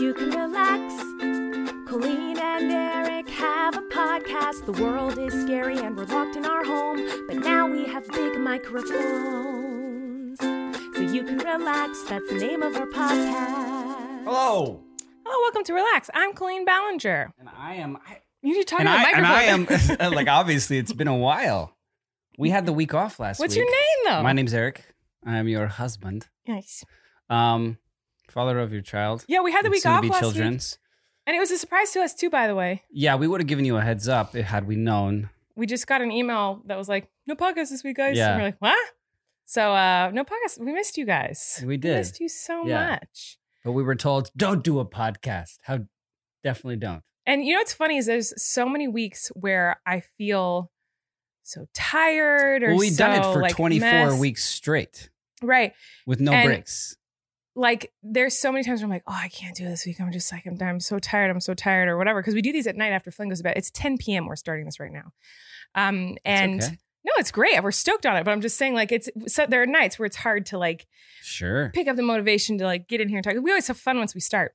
you can relax. Colleen and Eric have a podcast. The world is scary and we're locked in our home, but now we have big microphones. So you can relax. That's the name of our podcast. Hello. Hello, Oh, welcome to Relax. I'm Colleen Ballinger. And I am. I, You need to talk and, to the I, and microphone. I am. like, obviously, it's been a while. We had the week off last What's week. your name though? My name's Eric. I'm your husband, Nice. um, father of your child. Yeah, we had the and week soon to off be last week, children's. and it was a surprise to us too. By the way, Yeah, we would have given you a heads up had we known. we just got an email that was like, "No podcast this week, guys." Yeah. And we're like, "What?" So, uh, no podcast. We missed you guys. We We did, missed you so Yeah. much. but we were told don't do a podcast. How? Definitely don't. And you know what's funny is there's so many weeks where I feel so tired or Well, we've done it so, for like, 24 messed- weeks straight Right. with no And- breaks. Like there's so many times where I'm like, oh, I can't do this week. I'm just like, I'm, I'm so tired. I'm so tired or whatever. Because we do these at night after Flynn goes to bed. It's 10 p.m. We're starting this right now. Um, It's and okay. no, it's great. We're stoked on it. But I'm just saying like it's so there are nights where it's hard to like sure. pick up the motivation to like get in here and talk. We always have fun once we start.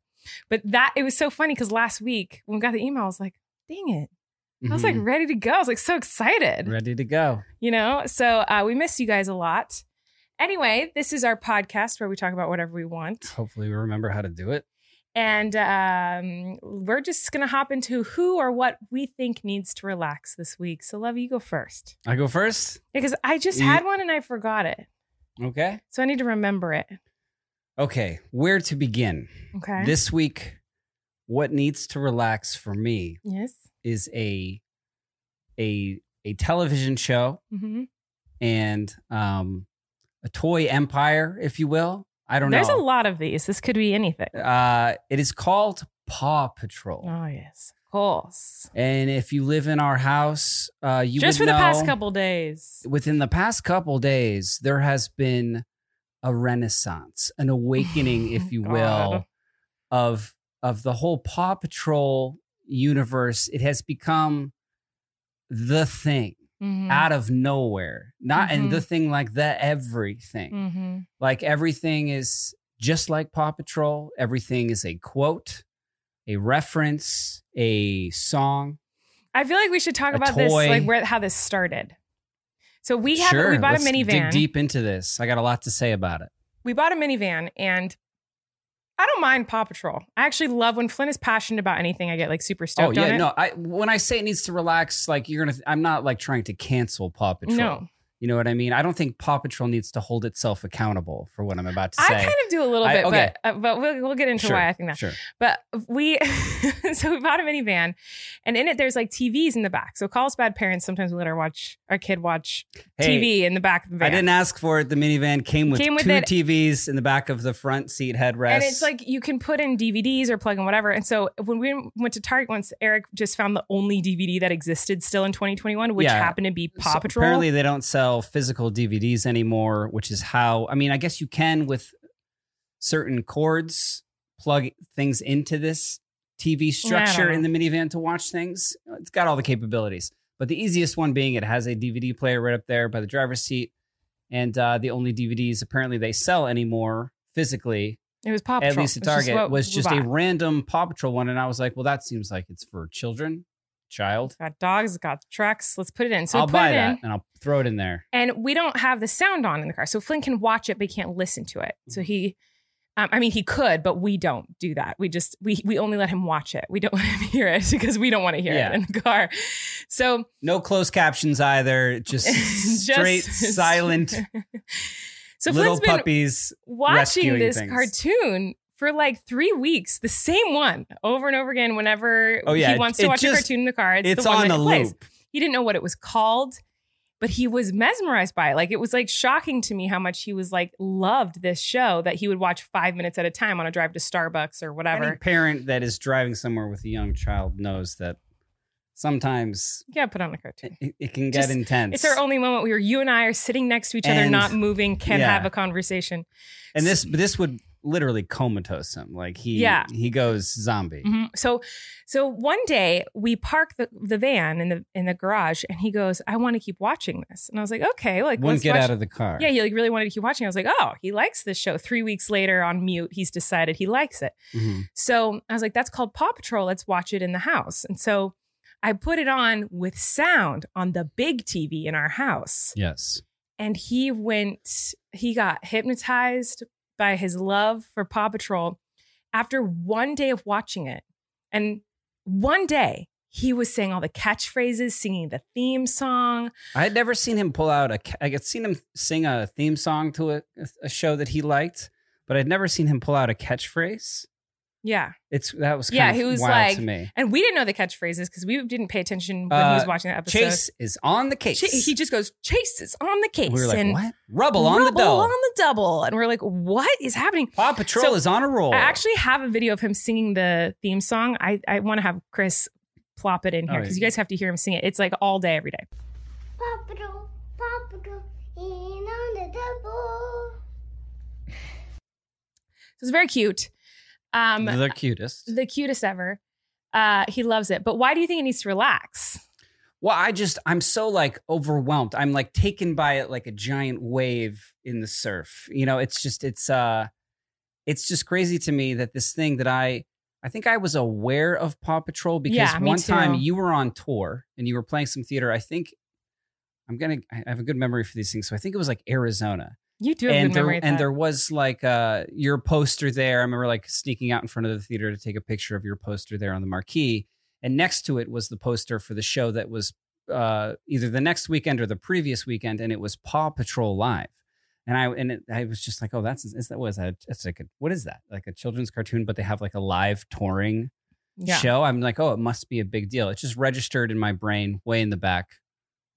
But that it was so funny because last week when we got the email, I was like, dang it. I was like Mhm. ready to go. I was like so excited Mm-hmm. ready to go. you know so uh, we miss you guys a lot anyway this is our podcast where we talk about whatever we want Hopefully, we remember how to do it. and um, we're just gonna hop into who or what we think needs to relax this week so love you go first I go first. because i just Yeah. had one and i forgot it Okay. so i need to remember it Okay. Where to begin? okay This week, what needs to relax for me yes is a a a television show hmm and um a toy empire, if you will. I don't there's a know. lot of these this could be anything uh it is called Paw Patrol. oh yes of course And if you live in our house, uh you just for would the past know- couple days within the past couple days, there has been a renaissance, an awakening, if you will, God. of of the whole Paw Patrol universe. It has become the thing Mhm. out of nowhere. Not and Mm-hmm. the thing like the everything. Mhm. Like everything is just like Paw Patrol. Everything is a quote, a reference, a song. I feel like we should talk A about this, toy. like where how this started. So we have sure, we bought a let's Dig minivan. deep into this. I got a lot to say about it. We bought a minivan, and I don't mind Paw Patrol. I actually love when Flynn is passionate about anything. I get like super stoked Oh yeah, on it. no. I when I say it needs to relax, like you're gonna, I'm not like trying to cancel Paw Patrol. No. you know what I mean. I don't think Paw Patrol needs to hold itself accountable for what I'm about to I say. kind of do a little I- bit, okay. but uh, but we'll, we'll get into Sure, why I think that. sure. But we so we bought a minivan, and in it there's like TVs in the back. So call us bad parents. Sometimes we let our watch our kid watch Hey, TV in the back of the van. I didn't ask for it. The minivan came with Came with two it. TVs in the back of the front seat headrest. And it's like you can put in DVDs or plug in whatever. And so when we went to Target once, Eric just found the only DVD that existed still in 2021, which Yeah. happened to be Paw So Patrol. apparently, they don't sell physical DVDs anymore, which is how. I mean, I guess you can with certain cords plug things into this TV structure in the minivan to watch things. It's got all the capabilities, but the easiest one being it has a DVD player right up there by the driver's seat, and uh, the only DVDs apparently they sell anymore physically, it was Paw Patrol. at least at It was just Target, what was we just a bought. random Paw Patrol one, and I was like, well, that seems like it's for children, child. It's got dogs, it's got trucks. Let's put it in. So I'll we put buy it that in. and I'll throw it in there. And we don't have the sound on in the car. So Flynn can watch it, but he can't listen to it. So he, um, I mean, he could, but we don't do that. We just, we, we only let him watch it. We don't let him hear it because we don't want to hear Yeah. it in the car. So No closed captions either. Just, Just- straight silent so little Flynn's been puppies. watching rescuing this things. cartoon for like three weeks, the same one over and over again. Whenever Oh, yeah, he wants it to watch a just- cartoon in the car, it's, It's, the one on that the he plays. loop. He didn't know what it was called, but he was mesmerized by it. Like it was like shocking to me how much he was like loved this show that he would watch five minutes at a time on a drive to Starbucks or whatever. Any parent that is driving somewhere with a young child knows that sometimes you gotta put on a cartoon. it, it can Just- get intense. It's our only moment where you and I are sitting next to each other, And- not moving, can yeah. have a conversation. and this this would literally comatose him. Like he Yeah. he goes zombie. Mhm. So, so one day we park the, the van in the in the garage, and he goes, "I want to keep watching this." And I was like, "Okay, like Wouldn't let's get watch- out of the car. Yeah, he like really wanted to keep watching. I was like, "Oh, he likes this show." Three weeks later, on mute, he's decided he likes it. Mhm. So I was like, "That's called Paw Patrol. Let's watch it in the house." And so I put it on with sound on the big TV in our house, Yes. and he went. He got hypnotized by his love for Paw Patrol after one day of watching it. And one day he was saying all the catchphrases, singing the theme song. I had never seen him pull out a. ca- I had seen him sing a theme song to a, a show that he liked, but I'd never seen him pull out a catchphrase. Yeah. It's that was kind Yeah, Of he was wild like, to me. And we didn't know the catchphrases because we didn't pay attention when he was Uh, watching that episode. Chase is on the case. Ch- he just goes, Chase is on the case. we were like, and what? Rubble on the "Rubble doll. on the double. And we're like, what is happening? Paw Patrol So, is on a roll. I actually have a video of him singing the theme song. I, I want to have Chris plop it in here All right. because you guys have to hear him sing it. It's like all day, every day. Paw Patrol, Paw Patrol, in on the double. So it's very cute. Um, the cutest. the cutest ever. Uh, he loves it. But why do you think he needs to relax? Well, I just I'm so like overwhelmed. I'm like taken by it like a giant wave in the surf. You know, it's just it's uh it's just crazy to me that this thing that I I think I was aware of Paw Patrol because Yeah, me one time too. you were on tour and you were playing some theater. I think I'm gonna I have a good memory for these things. So I think it was like Arizona. You do have a And good there memory. of and that. there was like uh your poster there. I remember like sneaking out in front of the theater to take a picture of your poster there on the marquee. And next to it was the poster for the show that was uh either the next weekend or the previous weekend, and it was Paw Patrol Live. And I and it, I was just like, oh, that's is that was that that's like a, what is that like a children's cartoon, but they have like a live touring yeah. show. I'm like, oh, it must be a big deal. It's just registered in my brain, way in the back,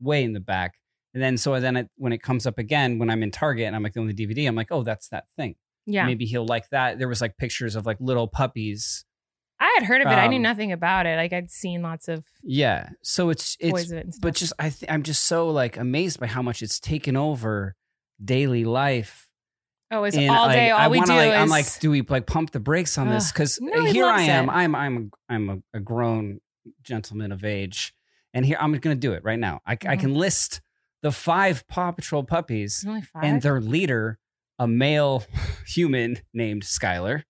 way in the back. And then so then it, when it comes up again, when I'm in Target and I'm like the only DVD, I'm like, oh, that's that thing. yeah. Maybe he'll like that. There was like pictures of like little puppies. I had heard of it. I knew Um, nothing about it. Like I'd seen lots of Yeah. So it's it's toys of it. And stuff. but just I th- I'm just so like amazed by how much it's taken over daily life. Oh, it's And, all day. like, all I we wanna, do like, is I'm like, do we like pump the brakes on this? Ugh. Because No, he here I loves am. it. I'm I'm a, I'm a, a grown gentleman of age, and here I'm gonna do it right now. I, I Mhm. can list the five Paw Patrol puppies It's only five. and their leader, a male human named Skylar.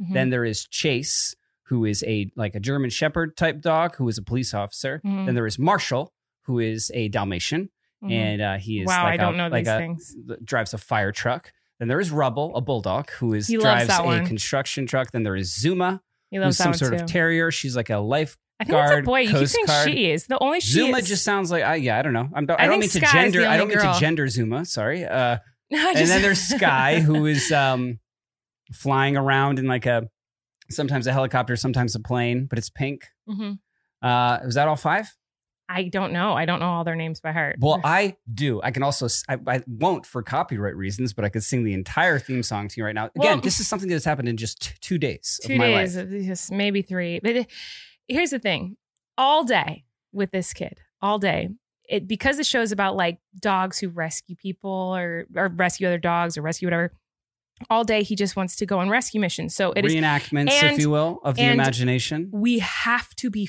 Mhm. Then there is Chase, who is a like a German Shepherd type dog, who is a police officer. Mhm. Then there is Marshall, who is a Dalmatian, Mhm. and uh, he is wow, like I don't a, know like these a, things. th- drives a fire truck. Then there is Rubble, a bulldog who is He loves drives that a one. construction truck. Then there is Zuma, He who's loves some that sort one too. of terrier. She's like a life. I think it's a guard, boy. You keep Coast saying Guard. she is the only she. Zuma is. just sounds like I yeah I don't know. I'm, I I don't think mean to Sky's the gender. I only don't mean girl. to gender Zuma. Sorry. Uh, No, I and just- then there's Sky who is um, flying around in like a sometimes a helicopter, sometimes a plane, but it's pink. Mhm. Uh, was that all five? I don't know. I don't know all their names by heart. Well, I do. I can also, s- I, I won't for copyright reasons, but I could sing the entire theme song to you right now. Again, Well- this is something that has happened in just t- two days two of my days, life. of this, maybe three. But it- here's the thing: all day with this kid, all day. It because the show is about like dogs who rescue people or or rescue other dogs or rescue whatever. All day, he just wants to go on rescue missions. So it is Reenactments, if and- you will, of the and- imagination. we have to be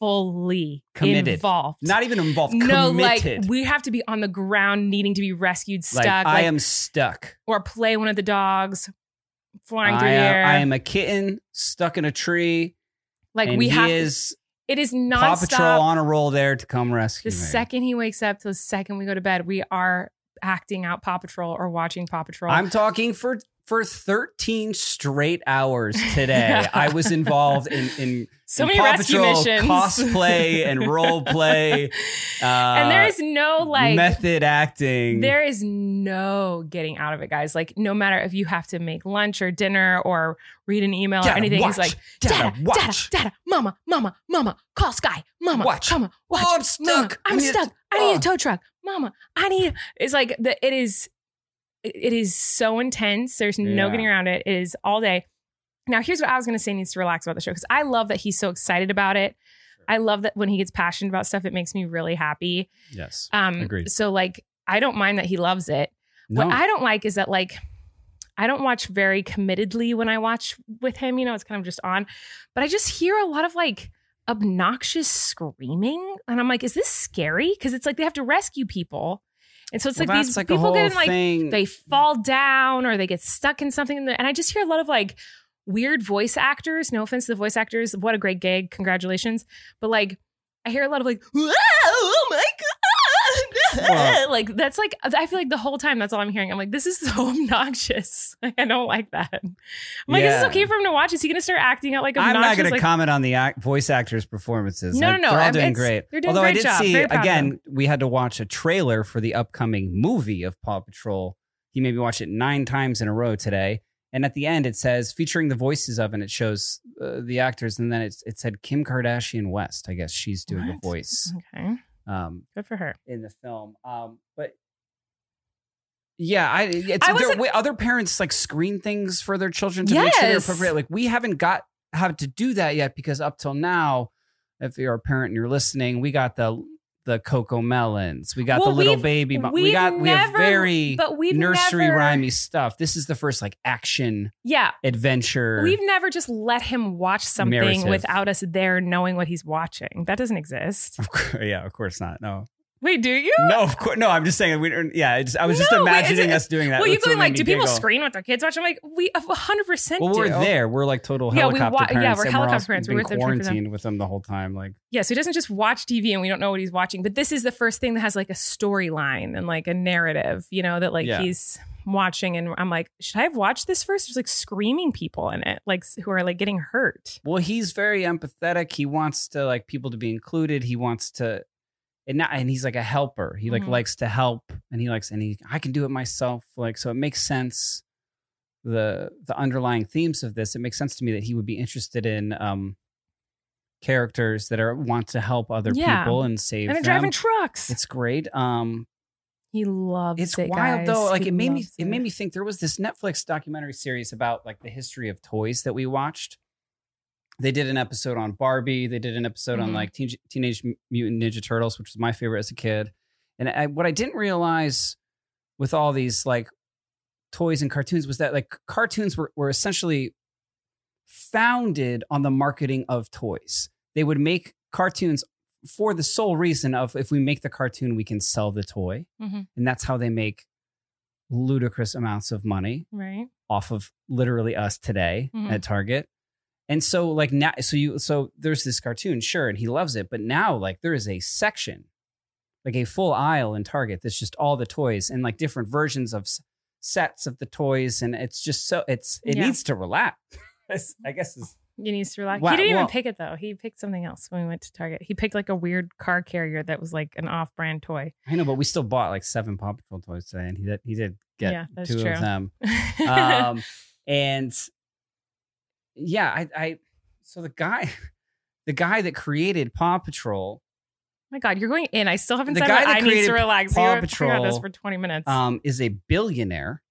fully Committed. involved. Not even involved, no, committed. like we have to be on the ground, needing to be rescued, stuck, Like, I like- am stuck. or play one of the dogs flying I through the air. am, I am a kitten stuck in a tree. like and we he have. is it is Paw Patrol nonstop. on a roll there to come The rescue me. second he wakes up to the second we go to bed, we are acting out Paw Patrol or watching Paw Patrol. I'm talking for for 13 straight hours today. I was involved in in so and many Paw rescue Patrol missions, cosplay and role play, uh, and there is no like method acting. There is no getting out of it, guys. Like, no matter if you have to make lunch or dinner or read an email or Data, anything, watch, he's like, data, Dada, dada, watch. dada, mama, mama, mama, call Sky, mama, Watch. come on, watch. Oh, I'm Mama, stuck. I I'm need a- stuck. I need oh. a tow truck, mama. I need. It's like the. It is. It is so intense. There's no Yeah. getting around it. It is all day. Now, here's what I was going to say needs to relax about the show because I love that he's so excited about it. I love that when he gets passionate about stuff, it makes me really happy. Yes. Um, Agreed. So, like, I don't mind that he loves it. No. What I don't like is that like I don't watch very committedly when I watch with him, you know, it's kind of just on. But I just hear a lot of like obnoxious screaming. And I'm like, is this scary? Because it's like they have to rescue people. And so it's Well, like that's these like a people whole get in like thing. they fall down or they get stuck in something. in the- And I just hear a lot of like weird voice actors. No offense to the voice actors. What a great gig. Congratulations. But like, I hear a lot of like, "Whoa, oh my God. Well- like, that's like, I feel like the whole time that's all I'm hearing. I'm like, this is so obnoxious. Like, I don't like that. I'm like, is Yeah. this okay for him to watch? Is he going to start acting out like I'm obnoxious? not going like, to comment on the act- voice actors' performances. No, I- no, no. They're all I'm- doing it's- great. they're doing a Although I great did job. see Very proud of again, we had to watch a trailer for the upcoming movie of Paw Patrol. He made me watch it nine times in a row today. And at the end, it says featuring the voices of, and it shows uh, the actors. And then it, it said Kim Kardashian West. I guess she's doing What? the voice okay, um, good for her. in the film. Um, but yeah, I, it's, I there, wasn't- wa- other parents like screen things for their children to make sure they're Yes. appropriate. Like we haven't got how to do that yet because up till now, if you're a parent and you're listening, we got the the cocoa melons, we got Well, the little we've- baby, mo- we we've got we have never- very But we've nursery never, rhymey stuff. This is the first like action Yeah. adventure. We've never just let him watch something Narrative. without us there knowing what he's watching. That doesn't exist. Of cour- yeah, of course not. No, Wait, do you? no, of course no. I'm just saying we. don't- Yeah, I just, I was just No, wait, is imagining it- us doing that. well, you're That's what going like, made do me people giggle. screen what their kids watch? I'm like, we 100 percent. Well, do. we're there. We're like total Yeah, we helicopter wa- yeah, parents. we're and helicopter also parents. We Been were there for them. quarantined with them the whole time. Like, Yeah, so he doesn't just watch TV and we don't know what he's watching. But this is the first thing that has like a storyline and like a narrative, you know, that like Yeah. he's watching. And I'm like, should I have watched this first? There's like screaming people in it, like who are like getting hurt. well, he's very empathetic. He wants to like people to be included. He wants to, and not, and he's like a helper. He like Mhm. likes to help, and he likes, and he I can do it myself. Like, so it makes sense. The the underlying themes of this, it makes sense to me that he would be interested in um characters that are want to help other Yeah. people and save And they're them. driving trucks. it's great. Um, he loves it's it. wild guys. though like He it made me loves it made me think there was this netflix documentary series about like the history of toys that we watched they did an episode on barbie they did an episode on Mhm. like Teen- teenage mutant ninja turtles which was my favorite as a kid and I, what i didn't realize with all these like toys and cartoons was that like cartoons were, were essentially founded on the marketing of toys they would make cartoons for the sole reason of if we make the cartoon we can sell the toy Mhm. and that's how they make ludicrous amounts of money right. off of literally us today Mhm. at Target. And so like now so you so there's this cartoon, sure, and he loves it, but now like there is a section, like a full aisle in Target that's just all the toys and like different versions of s- sets of the toys and it's just so it's it Yeah. needs to relax. I guess is He needs to relax. Wow, he didn't even well- pick it though. He picked something else when we went to Target. He picked like a weird car carrier that was like an off-brand toy. I know, but we still bought like seven Paw Patrol toys today and he did he did get Yeah, that's two true. of them. um, and yeah, I, I so the guy, the guy that created Paw Patrol, My God, you're going in. I still haven't The said guy what that I need created to relax. Paw you were talking about this Patrol, for 20 minutes um, is a billionaire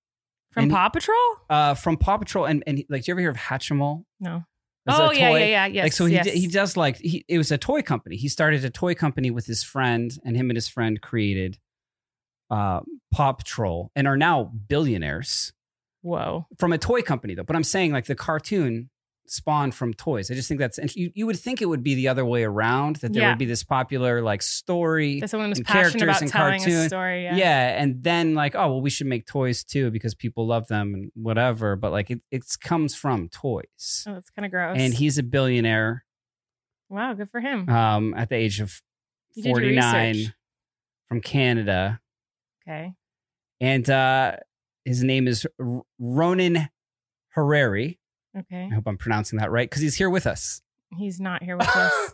from and- Paw Patrol. uh, from Paw Patrol, and and like, do you ever hear of Hatchimal? No. It's a oh yeah, toy. yeah, yeah. Yes. like so he yes. d- he does like he it was a toy company. He started a toy company with his friend, and him and his friend created uh, Paw Patrol, and are now billionaires. Whoa. from a toy company though. But I'm saying like the cartoon spawned from toys. I just think that's int- you, you would think it would be the other way around that there Yeah. would be this popular like story. That someone was and passionate characters about and telling a cartoon. story. yeah. Yeah. and then like oh well we should make toys too because people love them and whatever, but like it it comes from toys. Oh, that's kind of gross. And he's a billionaire wow, good for him. um at the age of You did your 49 research. from Canada Okay. and uh his name is R- Ronan Harari. Okay. I hope I'm pronouncing that right because he's here with us. He's not here with us.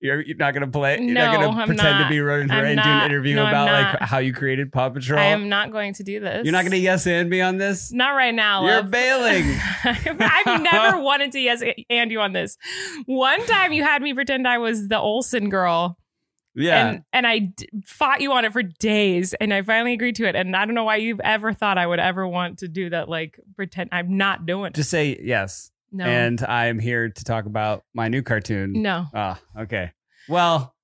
You're, you're not gonna play. You're No, not gonna I'm pretend not. to be Ronan I'm Harari and do not. an interview No, I'm about like not. how you created Paw Patrol. I am not going to do this. You're not gonna yes and me on this. Not right now. You're love. bailing. I've never wanted to yes and you on this. One time you had me pretend I was the Olsen girl, Yeah, and and I d- fought you on it for days, and I finally agreed to it. And I don't know why you've ever thought I would ever want to do that. Like pretend I'm not doing it. just say yes. No, And I'm here to talk about my new cartoon. no. Ah, okay. Well,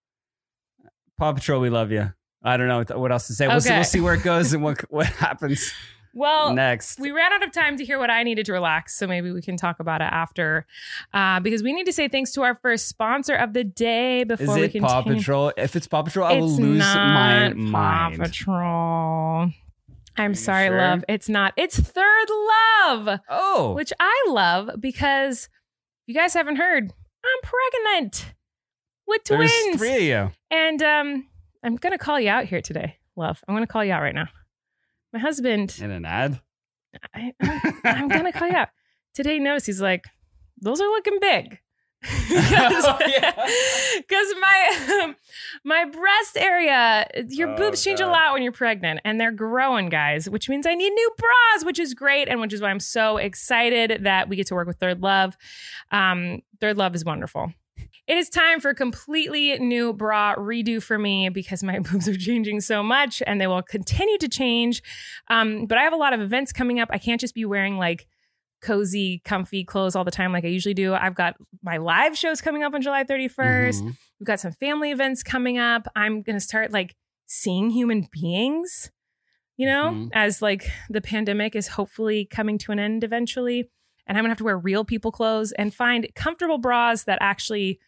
Paw Patrol, we love you. I don't know what- what else to say. We'll, see, Okay. we'll see where it goes and what what happens. Well, Next. we ran out of time to hear what I needed to relax, so maybe we can talk about it after, uh, because we need to say thanks to our first sponsor of the day Is before we it continue. Paw Patrol? If it's Paw Patrol, I will it's lose my not Paw mind. Patrol. Are you I'm sorry, sure? love. It's not. It's Third Love, Oh, which I love because you guys haven't heard. I'm pregnant with there's twins, three of you. and um, I'm gonna call you out here today, love. I'm gonna call you out right now. My husband. In an ad. I, I'm, I'm gonna call you out. Today, he noticed he's like, those are looking big. Because Oh, yeah. my um, my breast area, your Oh, boobs change a God. lot when you're pregnant, and they're growing, guys. Which means I need new bras, which is great, and which is why I'm so excited that we get to work with Third Love. Um, Third Love is wonderful. It is time for a completely new bra redo for me because my boobs are changing so much, and they will continue to change. Um, but I have a lot of events coming up. I can't just be wearing like cozy, comfy clothes all the time like I usually do. I've got my live shows coming up on July 31st. Mhm. We've got some family events coming up. I'm going to start like seeing human beings, you know, Mhm. as like the pandemic is hopefully coming to an end eventually. And I'm going to have to wear real people clothes and find comfortable bras that actually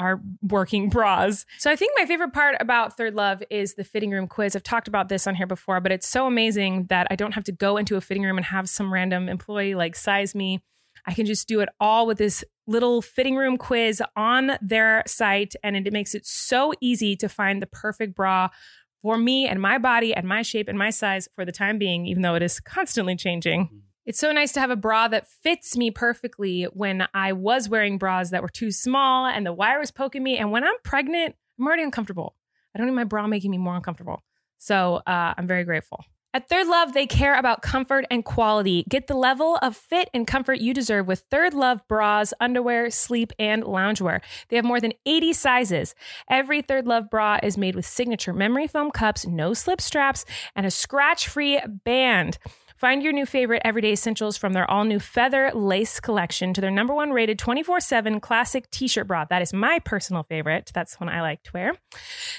are working bras. So I think my favorite part about Third Love is the fitting room quiz. I've talked about this on here before, but it's so amazing that I don't have to go into a fitting room and have some random employee like size me. I can just do it all with this little fitting room quiz on their site. And it makes it so easy to find the perfect bra for me and my body and my shape and my size for the time being, even though it is constantly changing. It's so nice to have a bra that fits me perfectly when I was wearing bras that were too small and the wire was poking me. And when I'm pregnant, I'm already uncomfortable. I don't need my bra making me more uncomfortable. So uh, I'm very grateful. At Third Love, they care about comfort and quality. Get the level of fit and comfort you deserve with Third Love bras, underwear, sleep, and loungewear. They have more than 80 sizes. Every Third Love bra is made with signature memory foam cups, no slip straps, and a scratch free band. Find your new favorite everyday essentials from their all new Feather Lace collection to their number one rated 24 7 classic t shirt bra. That is my personal favorite. That's the one I like to wear.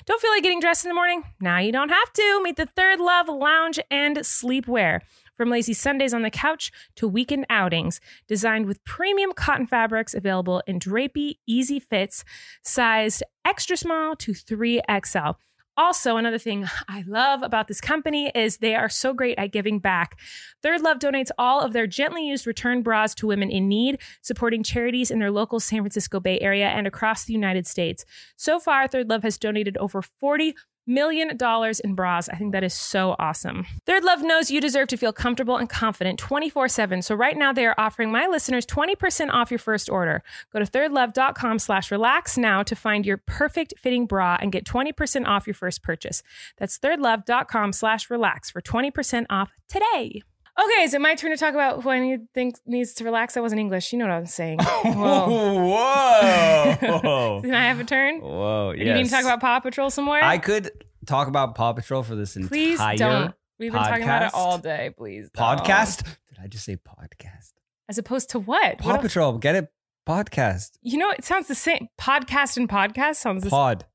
Don't feel like getting dressed in the morning? Now you don't have to. Meet the Third Love Lounge and Sleepwear. From lazy Sundays on the couch to weekend outings, designed with premium cotton fabrics available in drapey, easy fits, sized extra small to 3XL. Also, another thing I love about this company is they are so great at giving back. Third Love donates all of their gently used return bras to women in need, supporting charities in their local San Francisco Bay Area and across the United States. So far, Third Love has donated over 40 million dollars in bras. I think that is so awesome. Third Love knows you deserve to feel comfortable and confident 24/7. So right now they are offering my listeners 20% off your first order. Go to thirdlove.com slash relax now to find your perfect fitting bra and get 20% off your first purchase. That's thirdlove.com slash relax for 20% off today. Okay, is it my turn to talk about who I need, think needs to relax? That wasn't English. You know what I'm saying. Whoa. Mm-hmm. Whoa. Then I have a turn? Whoa. Oh, Yes. You didn't talk about Paw Patrol some more? I could talk about Paw Patrol for this Please entire don't. We've been talking about it podcast? all day, please. don't. podcast. Did I just say podcast? As opposed to what? Paw What- Patrol. Get it? Podcast. you know, it sounds the same. Podcast and podcast sounds the same. Pod.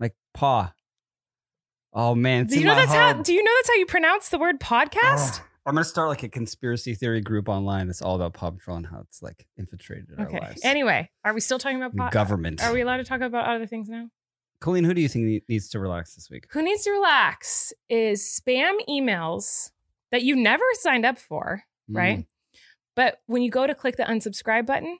Like paw. Oh man. It's Do you in know my Oh, that's how heart. do you know that's how you pronounce the word podcast? Ugh. I'm gonna start like a conspiracy theory group online that's all about Paw Patrol and how it's like infiltrated our okay. lives. Anyway, are we still talking about podcast? government. Are we allowed to talk about other things now? Colleen, who do you think ne- needs to relax this week? Who needs to relax is spam emails that you never signed up for, right? But when you go to click the unsubscribe button,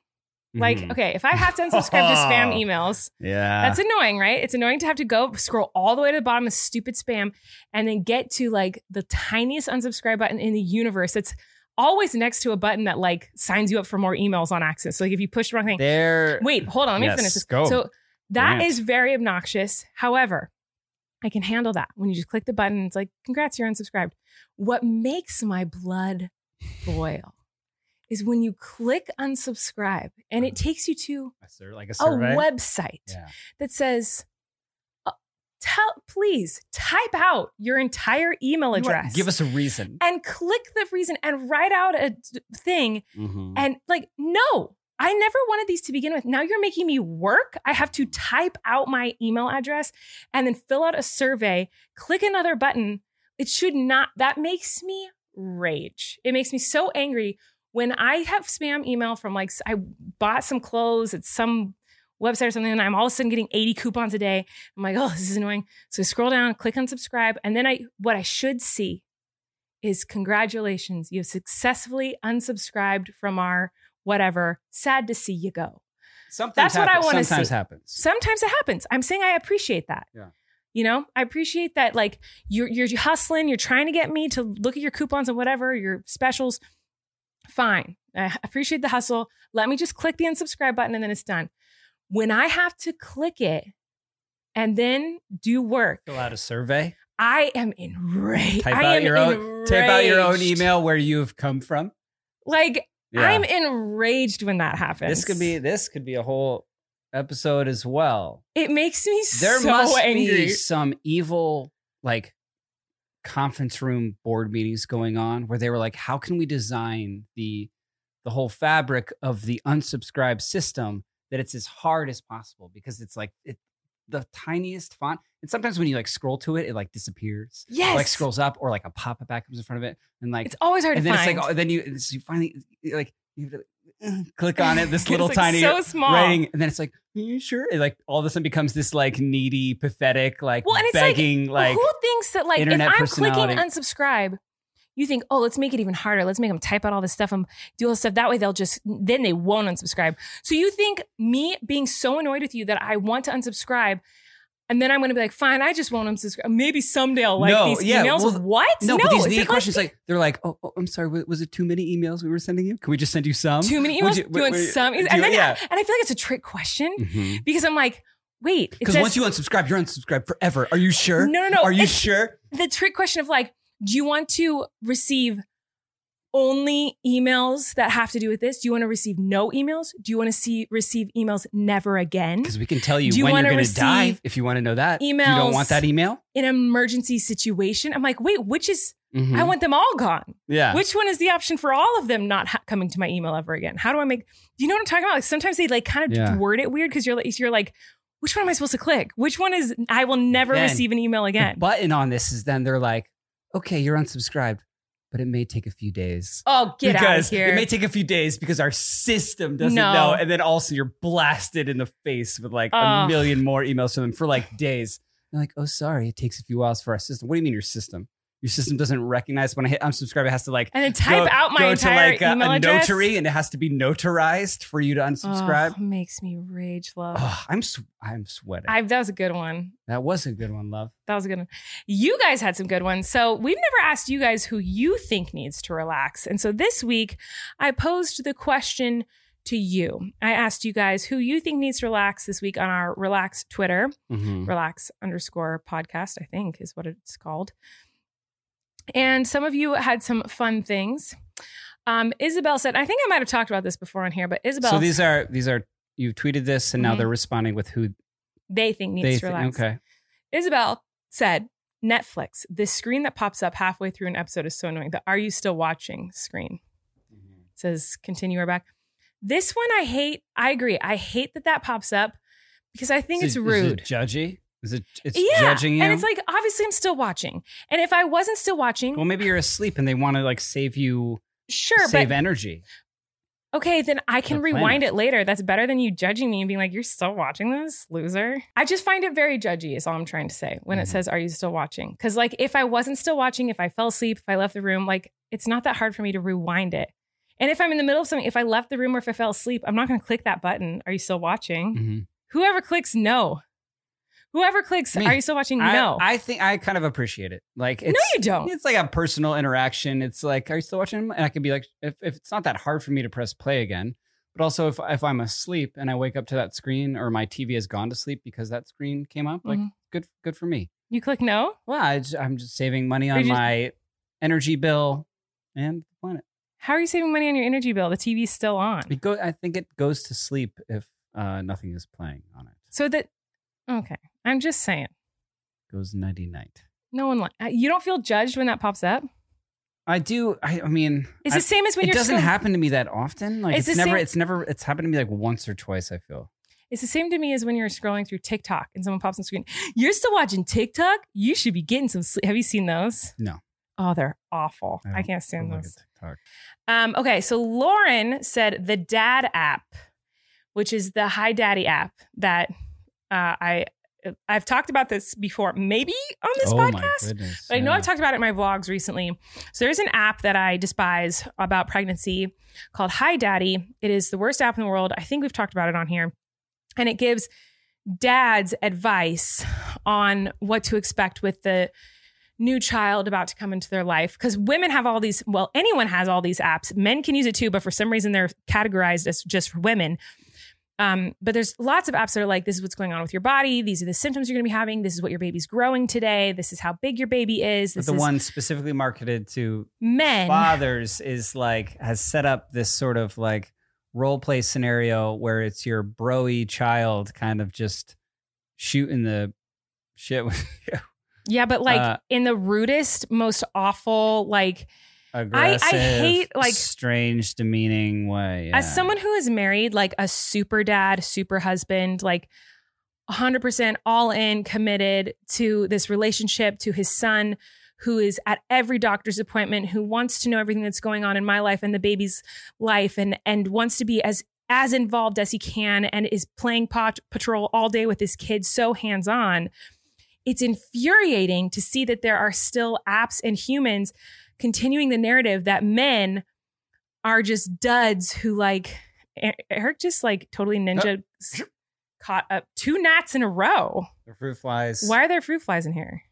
Mm. like, Mhm. okay, if I have to unsubscribe to spam emails, yeah, That's annoying, right? It's annoying to have to go scroll all the way to the bottom of stupid spam and then get to like the tiniest unsubscribe button in the universe. It's always next to a button that like signs you up for more emails on accident. So like if you push the wrong thing, There. wait, hold on, let me Yes, finish this. go. So that is Rant. very obnoxious. However, I can handle that when you just click the button. It's like, congrats, you're unsubscribed. What makes my blood boil is when you click unsubscribe and it takes you to A sur- like a a Mm. survey. website Yeah. that says, uh, "Tell, please type out your entire email You want- address. Give us a reason. and click the reason and write out a d- thing." Mhm. And like, no, I never wanted these to begin with. Now you're making me work. I have to type out my email address and then fill out a survey. Click another button. It should not. That makes me rage. It makes me so angry when I have spam email from like I bought some clothes at some website or something, and I'm all of a sudden getting 80 coupons a day. I'm like, oh, this is annoying. So I scroll down, click on subscribe, and then I what I should see is congratulations, you have successfully unsubscribed from our whatever. Sad to see you go. Sometimes That's what I happens- wanna Sometimes see. happens. Sometimes it happens. I'm saying I appreciate that. Yeah. You know, I appreciate that. Like you're you're hustling, you're trying to get me to look at your coupons and whatever your specials. Fine, I appreciate the hustle. Let me just click the unsubscribe button and then it's done. When I have to click it and then do work, Fill out a survey. I am enraged. Type I out am your own. Type out your own enraged. email where you've come from. Like Yeah. I'm enraged when that happens. This could be. This could be a whole episode as well. It makes me There so must angry. be some evil like conference room board meetings going on where they were like, how can we design the the whole fabric of the unsubscribe system that it's as hard as possible because it's like it, the tiniest font. And sometimes when you like scroll to it, it like disappears. yes, Like scrolls up or like a pop-up ad comes in front of it. And like It's always hard and to then find. it's like oh, then you so you finally like you have to like, click on it, this little it's like tiny so small. writing, and then it's like, "Are you sure? It like all of a sudden becomes this like needy, pathetic, like Well, and it's like, begging, like, who thinks that like if internet I'm clicking personality. unsubscribe, you think, oh, let's make it even harder. Let's make them type out all this stuff and do all this stuff. That way they'll just then they won't unsubscribe. So you think me being so annoyed with you that I want to unsubscribe, and then I'm gonna be like, fine, I just won't unsubscribe. Maybe someday I'll like No, these yeah, emails. well, what? no, but these it's needy like, questions, like, they're like, oh, oh, I'm sorry, wa- was it too many emails we were sending you? Can we just send you some? too many Would emails. you- You, would- want would you- some? do And, you- then, yeah. Mm. and I feel like it's a trick question because I'm like, wait, it Because says- once you unsubscribe, you're unsubscribed forever. Are you sure? No, no, no, Are you it's- sure? the trick question of like, do you want to receive only emails that have to do with this? Do you want to receive no emails? Do you want to see receive emails never again? Because we can tell you Do you when you're wanna going to die receive if you want to know that. You don't want emails? that email? In an emergency situation, I'm like, wait, which is? Mhm. I want them all gone. yeah. Which one is the option for all of them not ha- coming to my email ever again? How do I make? Do you know what I'm talking about? Like sometimes they like kind of Yeah. word it weird because you're like you're like, which one am I supposed to click? Which one is I will never Again. receive an email the again? button on this is then they're like, okay, you're unsubscribed, but it may take a few days. Oh, get because out of here! It may take a few days because our system doesn't No. know. And then also you're blasted in the face with like a Ugh. million more emails from them for like days. They're like, oh, sorry, it takes a few hours for our system. What do you mean your system? Your system doesn't recognize when I hit unsubscribe, it has to like and then type go- out my go entire to like a- email a, address. notary and it has to be notarized for you to unsubscribe. Oh, makes me rage, love. Ugh, I'm sw- I'm sweating. I, that was a good one. that was a good one, love. That was a good one. You guys had some good ones. So we've never asked you guys who you think needs to relax. And so this week, I posed the question to you. I asked you guys who you think needs to relax this week on our relax Twitter. relax underscore podcast, I think is what it's called. And some of you had some fun things. Um, Isabel said, I think I might have talked about this before on here, but Isabel, So these are these are you've tweeted this and now Mhm. they're responding with who they think needs they to thi- relax. okay. Isabel said, Netflix, this screen that pops up halfway through an episode is so annoying. The Are You Still Watching screen It says, continue or back. This one I hate. I agree. I hate that that pops up because I think Is it's it- rude. Is it judgy? Is it it's yeah. judging you? And it's like, obviously, I'm still watching. And if I wasn't still watching, well, maybe you're asleep and they want to like save you sure, but save energy. Okay, then I can The planet. rewind it later. That's better than you judging me and being like, you're still watching this, loser. I just find it very judgy, is all I'm trying to say when Mhm. it says, are you still watching? Because, like, if I wasn't still watching, if I fell asleep, if I left the room, like, it's not that hard for me to rewind it. And if I'm in the middle of something, if I left the room or if I fell asleep, I'm not going to click that button, are you still watching? Mhm. Whoever clicks no. Whoever clicks, I mean, are you still watching? I- Mm, no. I, think I kind of appreciate it. Like it's no, you don't. it's like a personal interaction. It's like, are you still watching? And I can be like, if, if it's not that hard for me to press play again, but also if if I'm asleep and I wake up to that screen or my TV has gone to sleep because that screen came up, like Mhm. good good for me. You click no? Well, I j- I'm just saving money Or on you just- my energy bill and the planet. How are you saving money on your energy bill? The TV's still on. It go, I think it goes to sleep if uh, nothing is playing on it. So that, okay, I'm just saying. Goes nighty night. No one like you don't feel judged when that pops up. I do. I, I mean, It's I- the same as when it you're doesn't scroll- happen to me that often. Like It's it's, the never. same- It's never. It's happened to me like once or twice. I feel. It's the same to me as when you're scrolling through TikTok and someone pops on the screen. You're still watching TikTok. You should be getting some sleep. Have you seen those? No. Oh, they're awful. I I don't- can't stand Look those. at TikTok. Um, okay, so Lauren said the Dad app, which is the Hi Daddy app that uh, I I've talked about this before, maybe on this oh my podcast. goodness. But I know yeah. I've talked about it in my vlogs recently. So there's an app that I despise about pregnancy called Hi Daddy. It is the worst app in the world. I think we've talked about it on here. And it gives dads advice on what to expect with the new child about to come into their life because women have all these well anyone has all these apps men can use it too but for some reason they're categorized as just women um, but there's lots of apps that are like this is what's going on with your body these are the symptoms you're going to be having this is what your baby's growing today this is how big your baby is But this the is one specifically marketed to men fathers is like has set up this sort of like role play scenario where it's your broy child kind of just shooting the shit with you. yeah but like Uh, in the rudest most awful like aggressive, hate, like- strange, demeaning way. yeah. As someone who is married, like a super dad, super husband, like 100% all in committed to this relationship, to his son, who is at every doctor's appointment, who wants to know everything that's going on in my life and the baby's life, and and wants to be as as involved as he can, and is playing pot patrol all day with his kids, so hands on. It's infuriating to see that there are still apps and humans continuing the narrative that men are just duds who like E- Eric just like totally ninja s- caught up two gnats in a row. the fruit flies. Why are there fruit flies in here?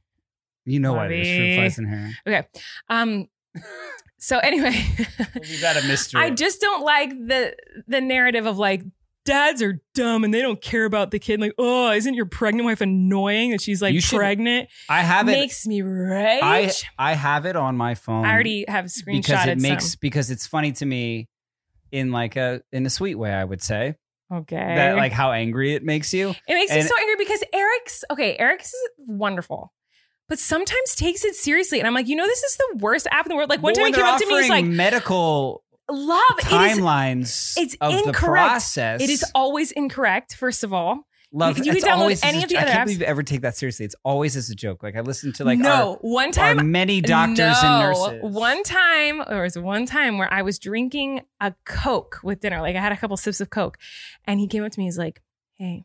You know why there's Bobby. fruit flies in here. Um so anyway, Leave that a mystery. I just don't like the the narrative of like dads are dumb and they don't care about the kid like oh isn't your pregnant wife annoying that she's like You should pregnant I have it. makes me rage. I I, I have it on my phone. already have screenshotted because it makes some. because it's funny to me in like a in a sweet way. I would say Okay. that like how angry it makes you. It makes me And- so angry because Eric's okay. Eric's is wonderful, but sometimes takes it seriously, and I'm like, you know, this is the worst app in the world. Like one But time he when came they're up to me, he's offering like, medical "Love it is." timelines it's of the incorrect. process. It is always incorrect, first of all. Love, You can it's download always any as a of the jo- other I can't apps. believe you ever take that seriously. It's always as a joke. Like I listen to like no, one our, our time many doctors No. and nurses. One time, there was one time where I was drinking a Coke with dinner. Like I had a couple sips of Coke, and he came up to me. He's like, "Hey,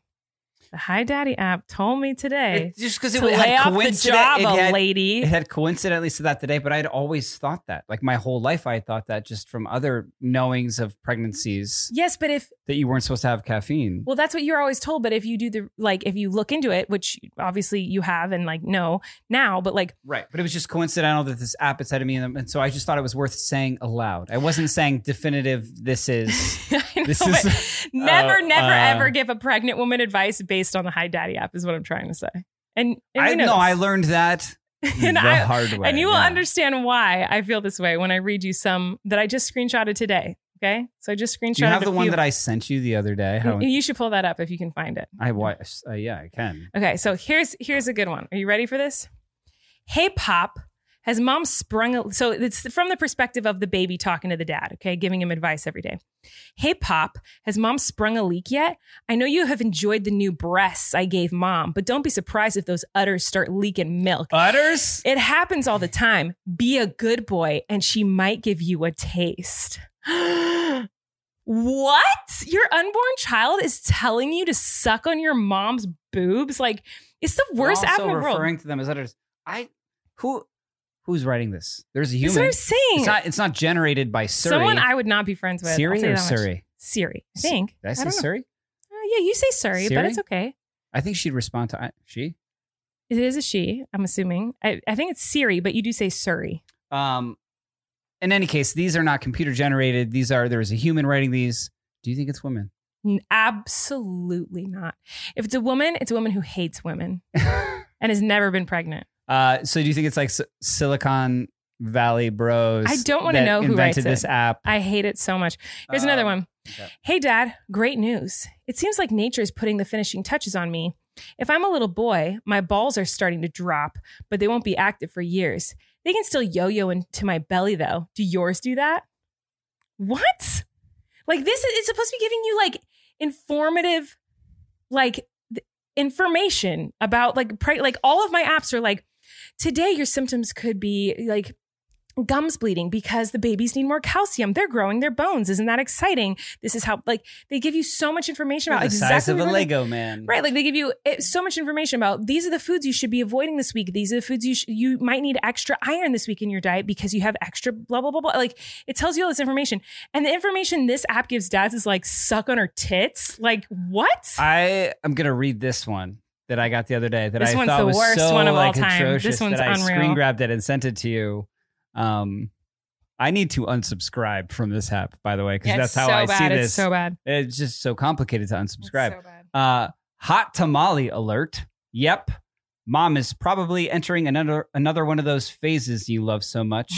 the Hi Daddy app told me today It- just because it to lay had off the coinciden- job, it had, lady." it had coincidentally said that today, but I'd always thought that. Like my whole life, I had thought that just from other knowings of pregnancies yes, but if that you weren't supposed to have caffeine. Well, that's what you're always told. But if you do the like, if you look into it, which obviously you have, and like no now, but like right, but it was just coincidental that this app had said to me, and and so I just thought it was worth saying aloud. I wasn't saying definitive. This is I know, this but is never, uh, never, uh, ever give a pregnant woman advice based on the Hi Daddy app is what I'm trying to say. And, and I you know, know I this. learned that and the I hard way, and you will yeah. understand why I feel this way when I read you some that I just screenshotted today. Okay, so I just screenshotted Do you have a the one few. that I sent you the other day? How You- you should pull that up if you can find it. I watched? Uh, yeah, I can. Okay, so here's here's a good one. Are you ready for this? Hey pop, has mom sprung a, so it's from the perspective of the baby talking to the dad, okay, giving him advice every day. Hey pop, has mom sprung a leak yet? I know you have enjoyed the new breasts I gave mom, but don't be surprised if those udders start leaking milk. Utters. It happens all the time. Be a good boy and she might give you a taste. what? Your unborn child is telling you to suck on your mom's boobs? Like, it's the worst We're app also in the world. referring to them as utters. I who who's writing this? There's a That's what human. I'm It's saying. not. It's not generated by Siri. Someone I would not be friends with. I'll Siri tell you or that much. Siri? Siri, I S- think. Did I say don't know. Siri? Uh, yeah, you say Siri, but Siri? it's okay. I think she'd respond to I, she. It is a she, I'm assuming. I, I think it's Siri, but you do say Siri. Um, in any case, these are not computer generated. These are there is a human writing these. Do you think it's women? N- Absolutely not. If it's a woman, it's a woman who hates women and has never been pregnant. Uh, so do you think it's like S- Silicon Valley bros? I don't wanna that know who invented writes this app. I hate it so much. Here's another Um, one. okay. Hey, Dad, great news. It seems like nature is putting the finishing touches on me. If I'm a little boy, my balls are starting to drop, but they won't be active for years. They can still yo yo into my belly, though. Do yours do that? What? Like, this is it's supposed to be giving you like informative, like th- information about like, pre- like all of my apps are like, today your symptoms could be like gums bleeding because the babies need more calcium. They're growing their bones. Isn't that exciting? This is how like they give you so much information You're about the exactly size of a what- Lego man. Right, like they give you eh, so much information about these are the foods you should be avoiding this week. These are the foods you sh- you might need extra iron this week in your diet because you have extra blah blah blah blah. Like it tells you all this information, and the information this app gives dads is like suck on her tits. Like what? I am gonna read this one that I got the other day that This I one's thought the was worst so one of all like, time. atrocious This one's that I unreal. screen grabbed it and sent it to you. Um, I need to unsubscribe from this app, by the way, because Yeah, that's it's how so I bad. see it's this. so bad. it's just so complicated to unsubscribe. It's so bad. Uh, hot tamale alert. Yep. Mom is probably entering another another one of those phases you love so much.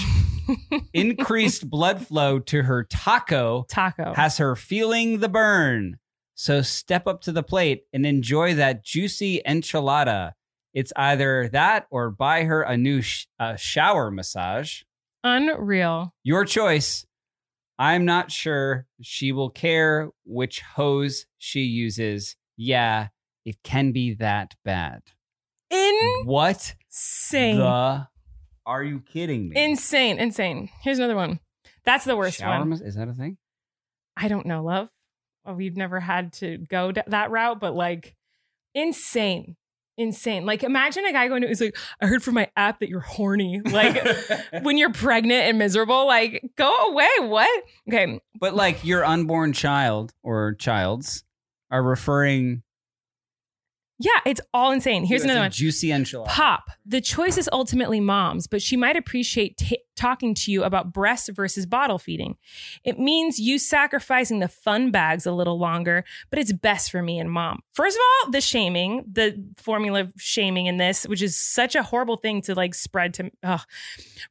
Increased blood flow to her taco Taco. has her feeling the burn. So step up to the plate and enjoy that juicy enchilada. It's either that or buy her a new sh- uh, shower massage. Unreal. Your choice. I'm not sure she will care which hose she uses. Yeah, it can be that bad. What Insane. the? Are you kidding me? insane. Insane. Here's another one. That's the worst Shower one. mas- is that a thing? I don't know, love. Well, we've never had to go d- that route, but like insane. Insane. Like imagine a guy going to, he's like, I heard from my app that you're horny. Like when you're pregnant and miserable, like go away. What? Okay. but like your unborn child or childs are referring. Yeah, it's all insane. Here's to as another a one. juicy enchilada. Pop, the choice is ultimately mom's, but she might appreciate t- talking to you about breast versus bottle feeding. It means you sacrificing the fun bags a little longer, but it's best for me and mom. First of all, the shaming, the formula shaming in this, which is such a horrible thing to like spread to. Ugh.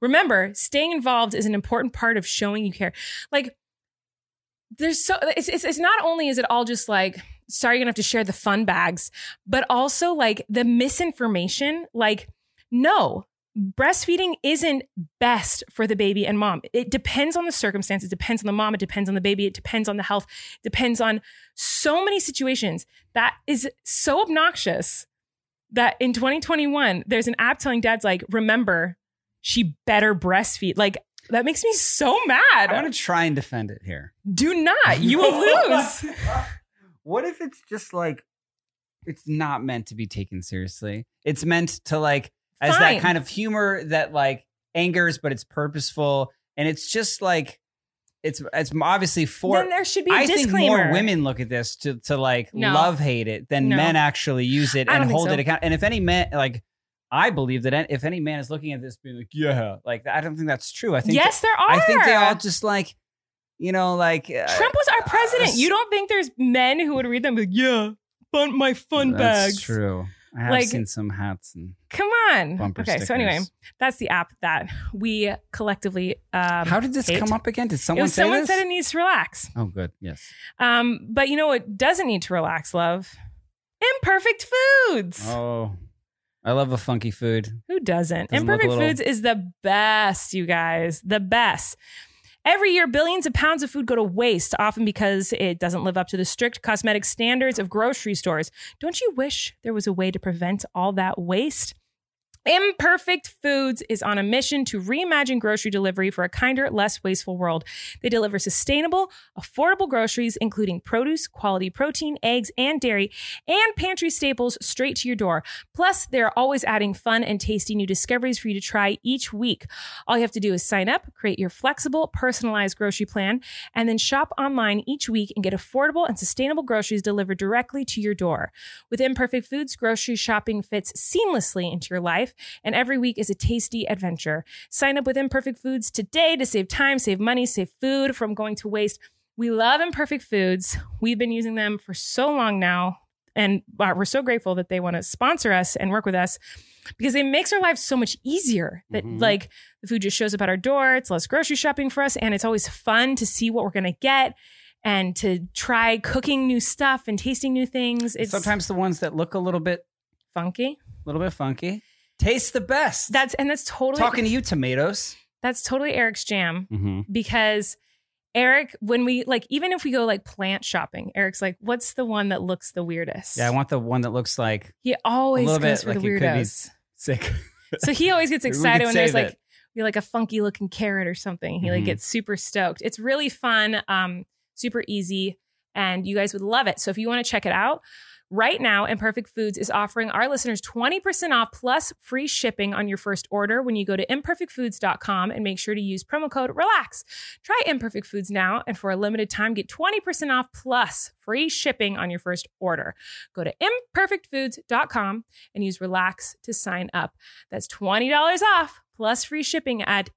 Remember, staying involved is an important part of showing you care. Like, there's so, it's, it's, it's not only is it all just like, sorry, you're gonna have to share the fun bags, but also like the misinformation. Like, no, breastfeeding isn't best for the baby and mom. It depends on the circumstance. It depends on the mom. It depends on the baby. It depends on the health. It depends on so many situations. That is so obnoxious that in 2021, there's an app telling dads, like, remember, she better breastfeed. Like, that makes me so mad. I want to try and defend it here. Do not. You will lose. what if it's just like it's not meant to be taken seriously? It's meant to like as Fine. that kind of humor that like angers, but it's purposeful, and it's just like it's it's obviously for. then there should be a I think disclaimer. more women look at this to to like No. love hate it than No. men actually use it I don't and think hold so. it account. And if any man like. I believe that if any man is looking at this, being like, "Yeah," like I don't think that's true. I think yes, there are. I think they all just like, you know, like uh, Trump was our president. s- you don't think there's men who would read them and be like, yeah, fun, my fun That's bags. true. I have Like- seen some hats and Come on. bumper okay, stickers. so anyway, that's the app that we collectively. Um, how did this hate. come up again? Did it someone was say someone this? said it needs to relax. oh, good. Yes. Um, but you know what doesn't need to relax, love? Imperfect foods. Oh, I love a funky food. Who doesn't? Doesn't look Imperfect a little- Foods is the best, you guys. The best. Every year, billions of pounds of food go to waste, often because it doesn't live up to the strict cosmetic standards of grocery stores. Don't you wish there was a way to prevent all that waste? Imperfect Foods is on a mission to reimagine grocery delivery for a kinder, less wasteful world. They deliver sustainable, affordable groceries, including produce, quality protein, eggs, and dairy, and pantry staples straight to your door. Plus, they're always adding fun and tasty new discoveries for you to try each week. All you have to do is sign up, create your flexible, personalized grocery plan, and then shop online each week and get affordable and sustainable groceries delivered directly to your door. With Imperfect Foods, grocery shopping fits seamlessly into your life, and every week is a tasty adventure. Sign up with Imperfect Foods today to save time, save money, save food from going to waste. We love Imperfect Foods. We've been using them for so long now and uh, we're so grateful that they want to sponsor us and work with us because it makes our lives so much easier that Mhm. like the food just shows up at our door it's less grocery shopping for us and it's always fun to see what we're going to get and to try cooking new stuff and tasting new things it's Sometimes the ones that look a little bit, funky little bit funky, taste the best. that's and that's totally talking to you, tomatoes. that's totally eric's jam Mm-hmm. because eric when we like even if we go like plant shopping eric's like what's the one that looks the weirdest Yeah, I want the one that looks like he always little goes bit for the like it could be weirdos sick. So he always gets We could excited when there's save like it. be like a funky looking carrot or something. He like Mhm. gets super stoked. It's really fun, um, super easy, and you guys would love it. So if you want to check it out, right now, Imperfect Foods is offering our listeners 20% off plus free shipping on your first order when you go to imperfectfoods.com and make sure to use promo code RELAX. Try Imperfect Foods now and for a limited time get 20% off plus free shipping on your first order. Go to imperfectfoods.com and use relax to sign up. That's $20 off plus free shipping at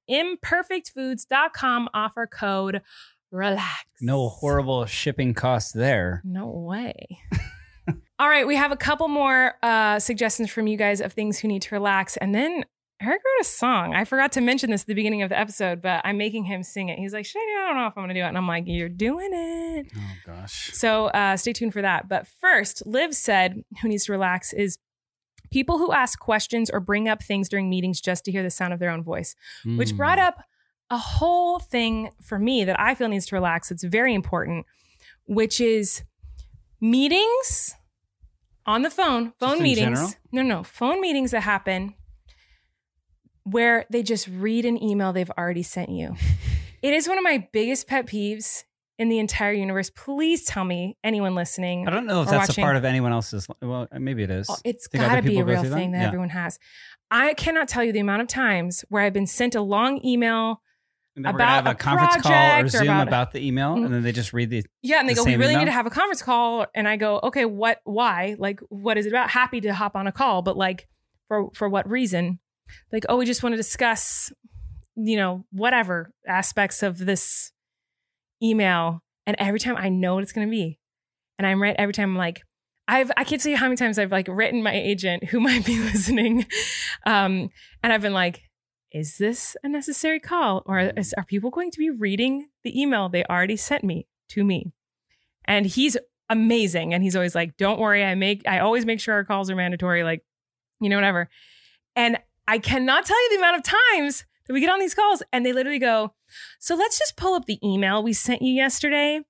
imperfectfoods.com offer code relax. No horrible shipping costs there. No way. All right, we have a couple more uh, suggestions from you guys of things who need to relax. And then Eric wrote a song. I forgot to mention this at the beginning of the episode, but I'm making him sing it. He's like, Shania, I don't know if I'm going to do it. And I'm like, You're doing it. Oh gosh. So uh, stay tuned for that. But first, Liv said, who needs to relax is people who ask questions or bring up things during meetings just to hear the sound of their own voice, Hmm. Mm. which brought up a whole thing for me that I feel needs to relax. It's very important, which is meetings on the phone, phone in meetings. general? No, no, phone meetings that happen where they just read an email they've already sent you. it is one of my biggest pet peeves in the entire universe. Please tell me, anyone listening, I don't know if Or that's watching- a part of anyone else's. Well, maybe it is. Oh, It's Think other got to be people a go real through that? thing that Yeah. everyone has. I cannot tell you the amount of times where I've been sent a long email. And then we're about gonna have a, a conference call project or or Zoom about about, a- the email, Mm. and then they just read the. Yeah, and they The go, "We same really email? need to have a conference call." And I go, "Okay, what? Why? Like, what is it about? Happy to hop on a call, but like, for for what reason? Like, oh, we just want to discuss, you know, whatever aspects of this email." And every time I know what it's going to be, and I'm right every time. I'm like, I've I can't tell you how many times I've like written my agent who might be listening, um, and I've been like, is this a necessary call, or is, are people going to be reading the email they already sent me to me? And he's amazing, and he's always like, don't worry, I make I always make sure our calls are mandatory, like, you know, whatever. And I cannot tell you the amount of times that we get on these calls and they literally go, so let's just pull up the email we sent you yesterday.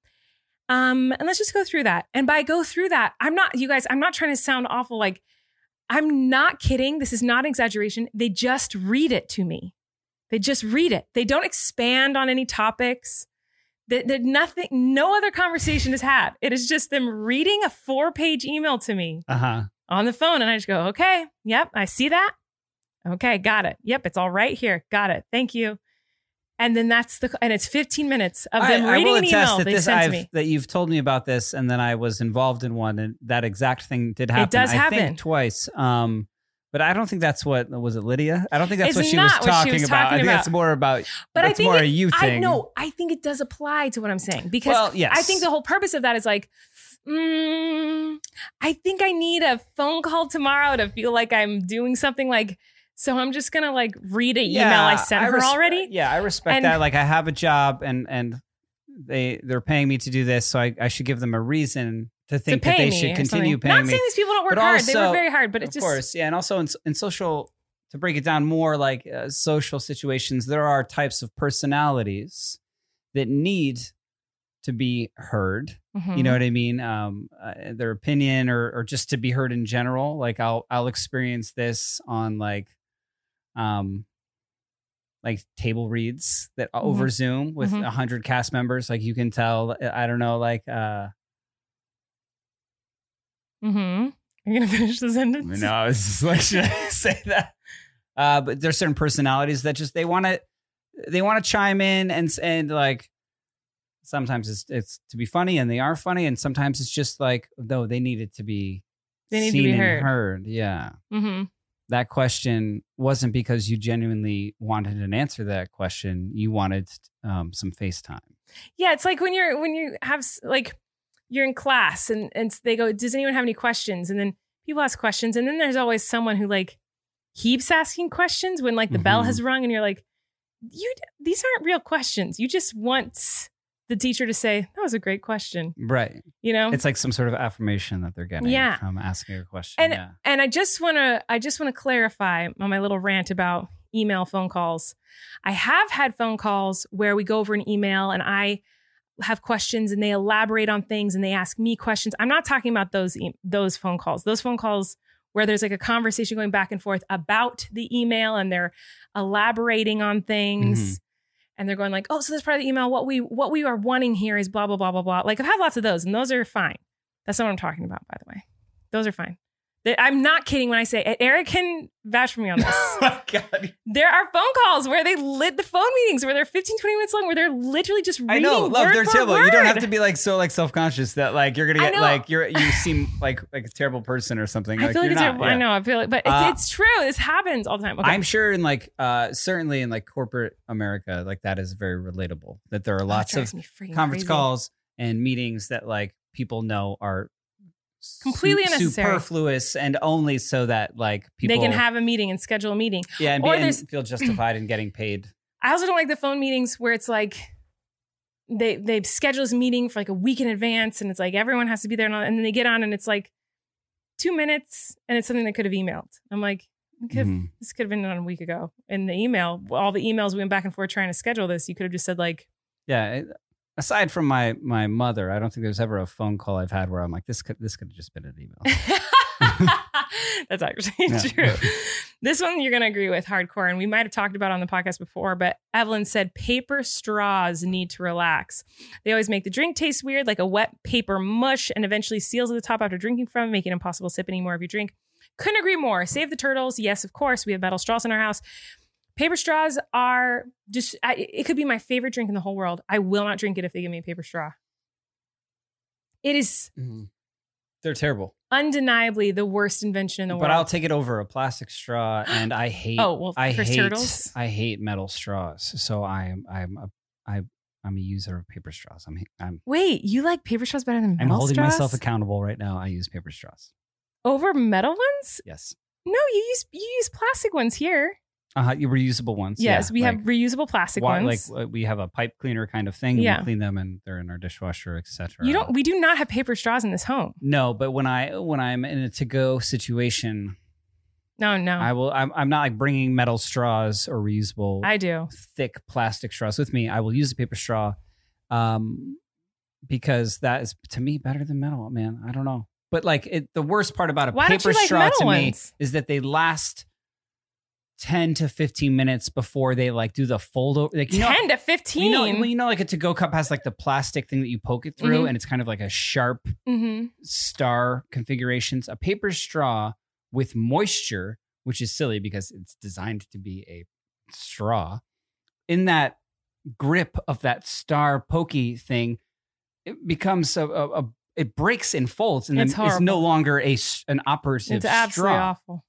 Um, and let's just go through that. And by go through that, I'm not, you guys, I'm not trying to sound awful. Like, I'm not kidding. This is not an exaggeration. They just read it to me. They just read it. They don't expand on any topics. That that nothing, no other conversation is had. It is just them reading a four page email to me Uh huh. on the phone. And I just go, okay, yep, I see that. Okay, got it. Yep, it's all right here. Got it. Thank you. And then that's the, and it's 15 minutes of them I, I reading will an attest email that they this sent to I've, me. that you've told me about this, and then I was involved in one, and that exact thing did happen. does I think, happen. twice. Um, but I don't think that's what was it, Lydia? I don't think that's It's what she, was not what talking she was about. I talking think about. that's more about. But I that's think more it- a you I thing. know. I think it does apply to what I'm saying because Well, yes. I think the whole purpose of that is like, mm, I think I need a phone call tomorrow to feel like I'm doing something. Like, so I'm just gonna like read an email I sent her res- uh, already. Yeah, I respect And- that. Like I have a job and and they they're paying me to do this, so I, I should give them a reason to think to pay that they me should or continue something. paying Not me. saying these people don't work But hard; they also- work very hard. But it of just course, yeah, and also in, in social to break it down more, like uh, social situations, there are types of personalities that need to be heard. mm-hmm, You know what I mean? Um, uh, their opinion or or just to be heard in general. Like I'll I'll experience this on like, um, like table reads that uh, over Zoom with a Mhm. hundred cast members. Like you can tell. I don't know. Like uh, Mm-hmm. You're gonna finish the sentence. No, I was just like, should I say that? Uh, but there's certain personalities that just they want to they want to chime in and and like sometimes it's it's to be funny and they are funny and sometimes it's just like no they need it to be They need to seen be and heard. Yeah, Mm-hmm. that question wasn't because you genuinely wanted an answer to that question. You wanted um, some FaceTime. Yeah, it's like when you're when you have s- like you're in class and and they go, "Does anyone have any questions?" And then people ask questions, and then there's always someone who like keeps asking questions when like the bell Mhm. has rung, and you're like, "You d- these aren't real questions. You just want the teacher to say that was a great question," Right. you know. It's like some sort of affirmation that they're getting Yeah. from asking a question. And- yeah. and I just want to I just want to clarify on my little rant about email phone calls. I have had phone calls where we go over an email and I have questions and they elaborate on things and they ask me questions. I'm not talking about those e- those phone calls. Those phone calls where there's like a conversation going back and forth about the email and they're elaborating on things and they're going like, oh, so this part of the email, what we what we are wanting here is blah blah blah blah blah. Like I've had lots of those, and those are fine. That's not what I'm talking about, by the way. Those are fine. They- I'm not kidding when I say it. Eric can bash for me on this. Oh my God. there are phone calls where they lit the phone meetings where they're 15, 20 minutes long, where they're literally just reading. I know. Love word they're for terrible. You don't have word. to be like so like self conscious that like you're gonna I get know. like you're you seem like like a terrible person or something. I feel like you're it's not, terrible. yeah. I know. I feel like, but it's, Uh, it's true. This happens all the time. Okay. I'm sure in like uh certainly in like corporate America, like that is very relatable. That there are Oh, it lots of drives me freaking conference crazy. calls and meetings that like people know are su- Completely unnecessary. superfluous and only so that like people They can have a meeting and schedule a meeting. yeah and, be, or and there's- feel justified in getting paid. I also don't like the phone meetings where it's like they they schedule this meeting for like a week in advance, and it's like everyone has to be there, and, all, and then they get on, and it's like two minutes, and it's something they could have emailed. I'm like, we could have- Mhm. this could have been done a week ago. In the email, all the emails we went back and forth trying to schedule this, you could have just said like, Yeah. it- aside from my my mother, I don't think there's ever a phone call I've had where I'm like this could this could have just been an email. That's actually true. This one you're going to agree with hardcore. And we might have talked about it on the podcast before, but Evelyn said paper straws need to relax. They always make the drink taste weird, like a wet paper mush, and eventually seals at the top after drinking from, it, making it impossible to sip any more of your drink. Couldn't agree more. Save the turtles. Yes, of course. We have metal straws in our house. Paper straws are just, I, it could be my favorite drink in the whole world. I will not drink it if they give me a paper straw. It is Mhm. They're terrible. undeniably the worst invention in the but world. I'll take it over a plastic straw, and I hate. Oh, well, I for hate. turtles? I hate metal straws. So I am. I'm a. I, I'm a user of paper straws. I'm. I'm. Wait, you like paper straws better than metal I'm holding straws? myself accountable right now. I use paper straws. over metal ones? Yes. No, you use you use plastic ones here. Uh huh. You reusable ones. Yes, yeah, we like, have reusable plastic wa- ones. Like uh, we have a pipe cleaner kind of thing. And Yeah. we clean them, and they're in our dishwasher, etc. you don't. We do not have paper straws in this home. No, but when I when I'm in a to go situation, No, no, I I, will. I'm, I'm not like bringing metal straws or reusable do. thick plastic straws with me. I will use a paper straw um, because that is to me better than metal, man. I don't know. But like it, the worst part about a Why don't paper you like straw metal to ones? me is that they last 10 to 15 minutes before they like do the fold over. Like, you know, Ten to fifteen. You know, well, you know, like a to go cup has like the plastic thing that you poke it through Mhm. and it's kind of like a sharp mm-hmm. star configurations. A paper straw with moisture, which is silly because it's designed to be a straw. In that grip of that star pokey thing, it becomes a, a, a it breaks and folds, and It's then it's no horrible. longer a s- an operative It's absolutely straw. awful.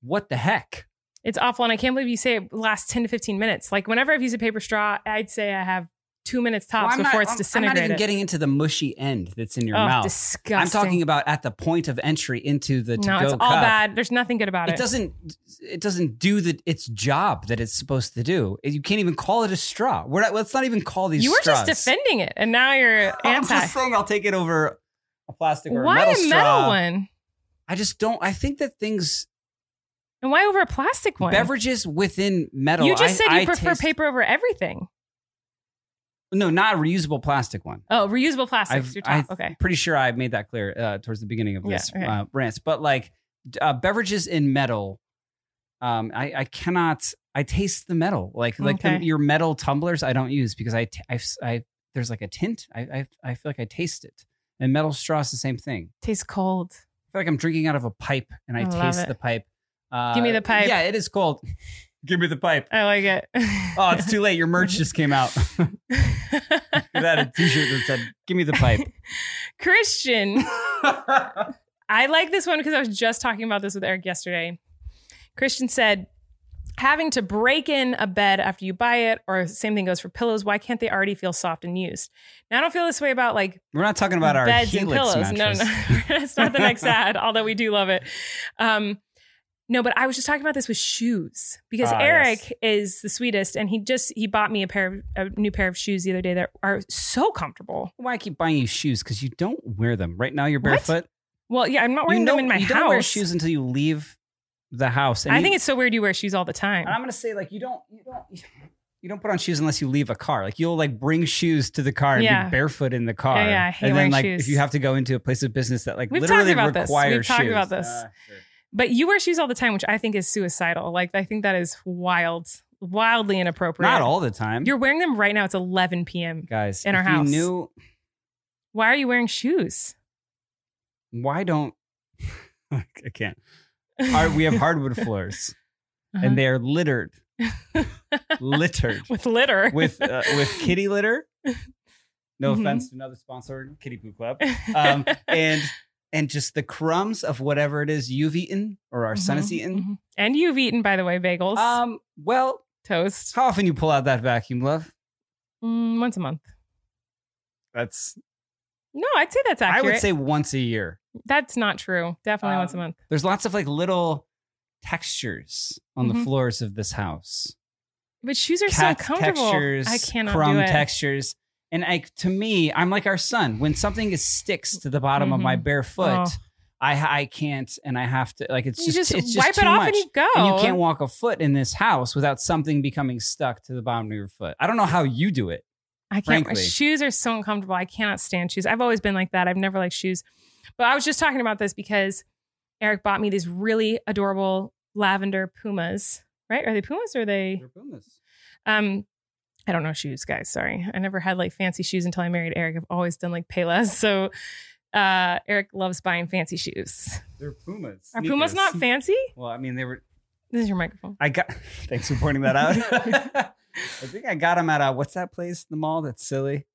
What the heck? It's awful, and I can't believe you say it lasts ten to fifteen minutes. Like whenever I've used a paper straw, I'd say I have two minutes Well, tops I'm not- before I'm- it's I'm not disintegrated. even getting into the mushy end that's in your oh, mouth. disgusting. I'm talking about at the point of entry into the to-go no, it's all cup. bad. There's nothing good about it. it doesn't it doesn't do the its job that it's supposed to do. You can't even call it a straw. We're not, let's not even call these. you were straws. just defending it, and now you're I'm anti. just saying I'll take it over a plastic or Why a metal a straw. metal one? I just don't. I think that things And why over a plastic one? beverages within metal. you just I- said you I prefer taste- paper over everything. No, not a reusable plastic one. Oh, reusable plastics. I've- your top. I- okay. Pretty sure I made that clear uh, towards the beginning of Yeah, this okay. uh, rant. But like d- uh, beverages in metal, um, I, I cannot. I taste the metal. Like like the, Okay. your metal tumblers, I don't use because I t- I s- I- there's like a tint. I, I I feel like I taste it. And metal straws the same thing. Tastes cold. I feel like I'm drinking out of a pipe, and I, I love taste it. the pipe. Uh, Give me the pipe. Yeah, it is cold. Give me the pipe. I like it. Oh, it's too late. Your merch just came out. it had a T-shirt that said "Give me the pipe." Christian. I like this one because I was just talking about this with Eric yesterday. Christian said, having to break in a bed after you buy it, or same thing goes for pillows, why can't they already feel soft and used? Now, I don't feel this way about like We're not talking about our beds and Helix pillows. mattress. No, no, it's not the next ad. Although we do love it. Um, no, but I was just talking about this with shoes because Ah, Eric yes. is the sweetest, and he just he bought me a pair of a new pair of shoes the other day that are so comfortable. Why I keep buying you shoes? Because you don't wear them right now. You're What? barefoot. Well, yeah, I'm not wearing you don't, them in my you house. don't wear shoes until you leave the house. I you- Um, think it's so weird you wear shoes all the time. And I'm gonna say like you don't. You don't. you don't put on shoes unless you leave a car. Like you'll like bring shoes to the car and Yeah. be barefoot in the car. Yeah, yeah, I hate and wearing then like shoes. if you have to go into a place of business that like We've literally talked about this. requires We've talked shoes. about this. Ah, sure. But you wear shoes all the time, which I think is suicidal. Like I think that is wild, wildly inappropriate. Not all the time. You're wearing them right now. It's 11 p.m. guys in our if You house. knew Why are you wearing shoes? why don't I can't. Our- we have hardwood floors Uh-huh. and they are littered, littered with litter. with uh, with kitty litter. No Mhm. offense to another sponsor, Kitty Poo Club. um, and and just the crumbs of whatever it is you've eaten or our son has Mhm, eaten. mhm. And you've eaten, by the way, bagels, Um, well, toast, how often you pull out that vacuum, love? mm, once a month. That's No, I'd say that's I accurate. would say once a year. that's not true. Definitely once a Um, month. There's lots of like little textures on Mhm. the floors of this house. But shoes are so Cat comfortable. textures, I cannot crumb do it. textures. And I, to me, I'm like our son. When something is sticks to the bottom of my Mhm. bare foot, Oh. I I can't, and I have to like it's you just, just, it's wipe just it too off much. and you go. And you can't walk a foot in this house without something becoming stuck to the bottom of your foot. I don't know how you do it. I can't. frankly. Shoes are so uncomfortable. I cannot stand shoes. I've always been like that. I've never liked shoes. But I was just talking about this because Eric bought me these really adorable lavender pumas. Right? Are they pumas or are they? Um, I don't know shoes, guys. Sorry, I never had like fancy shoes until I married Eric. I've always done like Payless. So uh, Eric loves buying fancy shoes. They're pumas. Are Pumas not fancy? Well, I mean, they were. This is your microphone. I got. Thanks for pointing that out. I think I got them at uh what's that place? The mall that's silly.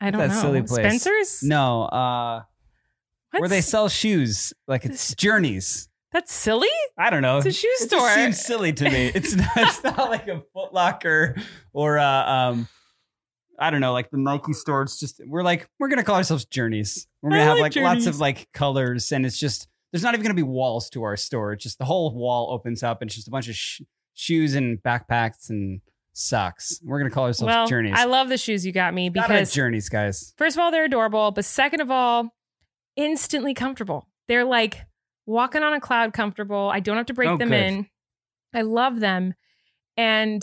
I don't That know. silly place. Spencer's? No, uh, where What's- they sell shoes like it's Journeys. That's silly. I don't know. It's a shoe Uh, It just store. seems silly to me. It's not, it's not like a Foot Locker or uh, um, I don't know, like the Nike store. It's just we're like we're gonna call ourselves Journeys. We're gonna I have like like lots Journeys. of like colors, and it's just there's not even gonna be walls to our store. It's just the whole wall opens up, and it's just a bunch of sh- shoes and backpacks and socks. We're gonna call ourselves Well, Journeys. I love the shoes you got me Shout out because Journeys, guys. First of all, they're adorable, but second of all, instantly comfortable. They're like walking on a cloud comfortable. I don't have to break Oh, them good. in. I love them. And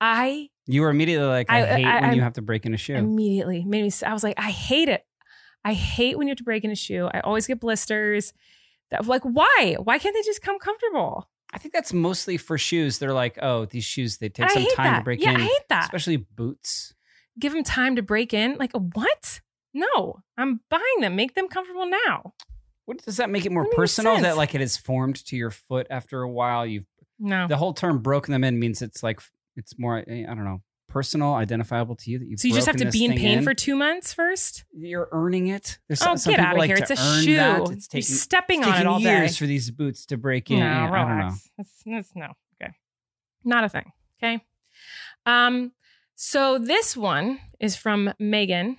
I You were immediately like, I, I- hate I- when I'm- you have to break in a shoe. immediately made me, I was like, I hate it. I hate when you have to break in a shoe. I always get blisters. That, like, why? Why can't they just come comfortable? I think that's mostly for shoes. They're like, oh, these shoes they take I some hate time that. to break yeah, in. I hate that. especially boots. Give them time to break in. Like, what? No, I'm buying them. Make them comfortable now. What does that make it more Doesn't make personal? sense. That like it is formed to your foot after a while. You No. have the whole term "broken them in" means it's like it's more eh, I don't know personal, identifiable to you that you. So you just have to be in pain for two months first? You're earning it. There's Oh, some, some get people out of like here. to It's a earn shoe. that. It's taking, You're it's stepping on it taking all years day. for these boots to break no, in. Yeah, I don't know. relax. That's, that's no. Okay. Not a thing. Okay. Um, so this one is from Megan.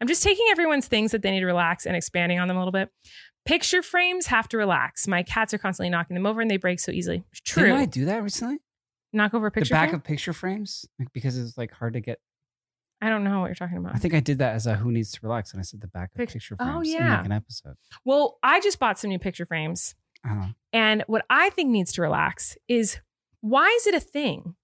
I'm just taking everyone's things that they need to relax and expanding on them a little bit. Picture frames have to relax. My cats are constantly knocking them over and they break so easily. True. Didn't I do that recently? Knock over a picture the back frame? of picture frames like, because it's like hard to get. I don't know what you're talking about. I think I did that as a "Who Needs to Relax" and I said the back of Pic- picture Oh, frames in yeah. like an episode. well, I just bought some new picture frames Uh, And what I think needs to relax is why is it a thing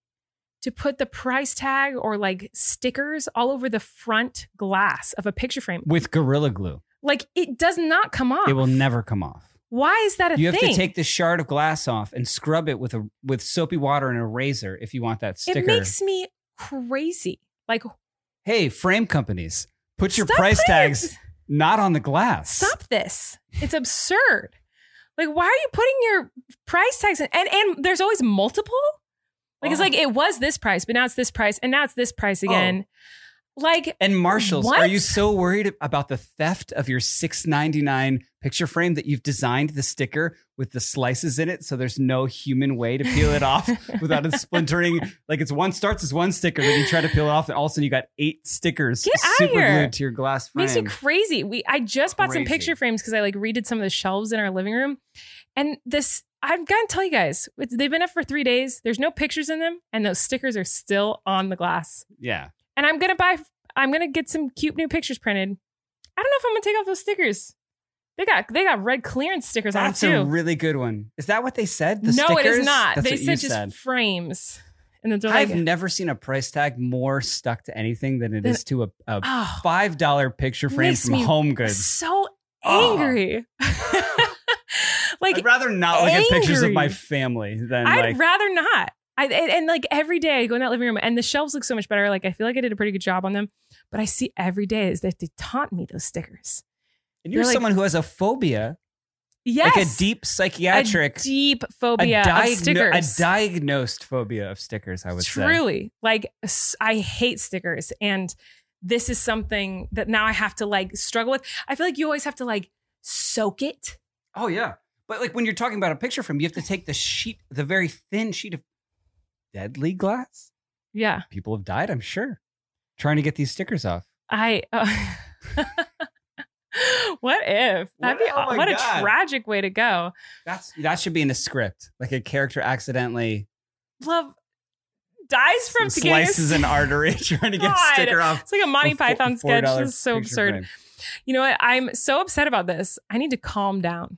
to put the price tag or like stickers all over the front glass of a picture frame? with Gorilla Glue, Like it does not come off. it will never come off. Why is that a you have thing? to take the shard of glass off and scrub it with a with soapy water and a razor if you want that sticker. It makes me crazy. Like hey, frame companies, put your stop price putting your- tags not on the glass. Stop this. It's absurd. Like why are you putting your price tags in? and and there's always multiple? Like it's Oh. like it was this price, but now it's this price and now it's this price again. Like And Marshalls, are What? you so worried about the theft of your six ninety nine picture frame that you've designed the sticker with the slices in it, so there's no human way to peel it off without it splintering? Like it's one starts as one sticker, then you try to peel it off, and all of a sudden you got eight stickers Get outta super here. glued to your glass frame. Makes me crazy. We I just bought some Crazy. picture frames because I like redid some of the shelves in our living room, and this I'm gonna tell you guys it's- they've been up for three days. There's no pictures in them, and those stickers are still on the glass. yeah, And I'm gonna buy. I'm gonna get some cute new pictures printed. I don't know if I'm gonna take off those stickers. They got they got red clearance stickers That's on a them too. really good one. Is that what they said? The no, it stickers? is not. That's they what said you just frames. And then they're like, I've never seen a price tag more stuck to anything than it Then- is to a, a oh, five dollar picture frame Makes from me Home Goods. so Oh. angry. like I'd rather not look at pictures of my angry. family than I'd like rather not. I and, and, like every day I go in that living room and the shelves look so much better. Like I feel like I did a pretty good job on them, but I see every day is that they taunt me those stickers. and you're they're like- someone who has a phobia, Yes, like a deep psychiatric, a deep phobia diagno- of stickers. a diagnosed phobia of stickers. I would say. Truly, like s- I hate stickers, and this is something that now I have to like struggle with. I feel like you always have to like soak it. Oh yeah, but like when you're talking about a picture frame, you have to take the sheet, the very thin sheet of deadly glass. Yeah, People have died, I'm sure, trying to get these stickers off. I. Uh, what if? That'd be What- oh my what God. a tragic way to go. That's that should be in a script, like a character accidentally Love dies from to getting a- slices an artery trying to get God. a sticker off. It's like a Monty a fo- Python sketch. $4 This is so picture absurd. frame. You know what? I'm so upset about this. I need to calm down.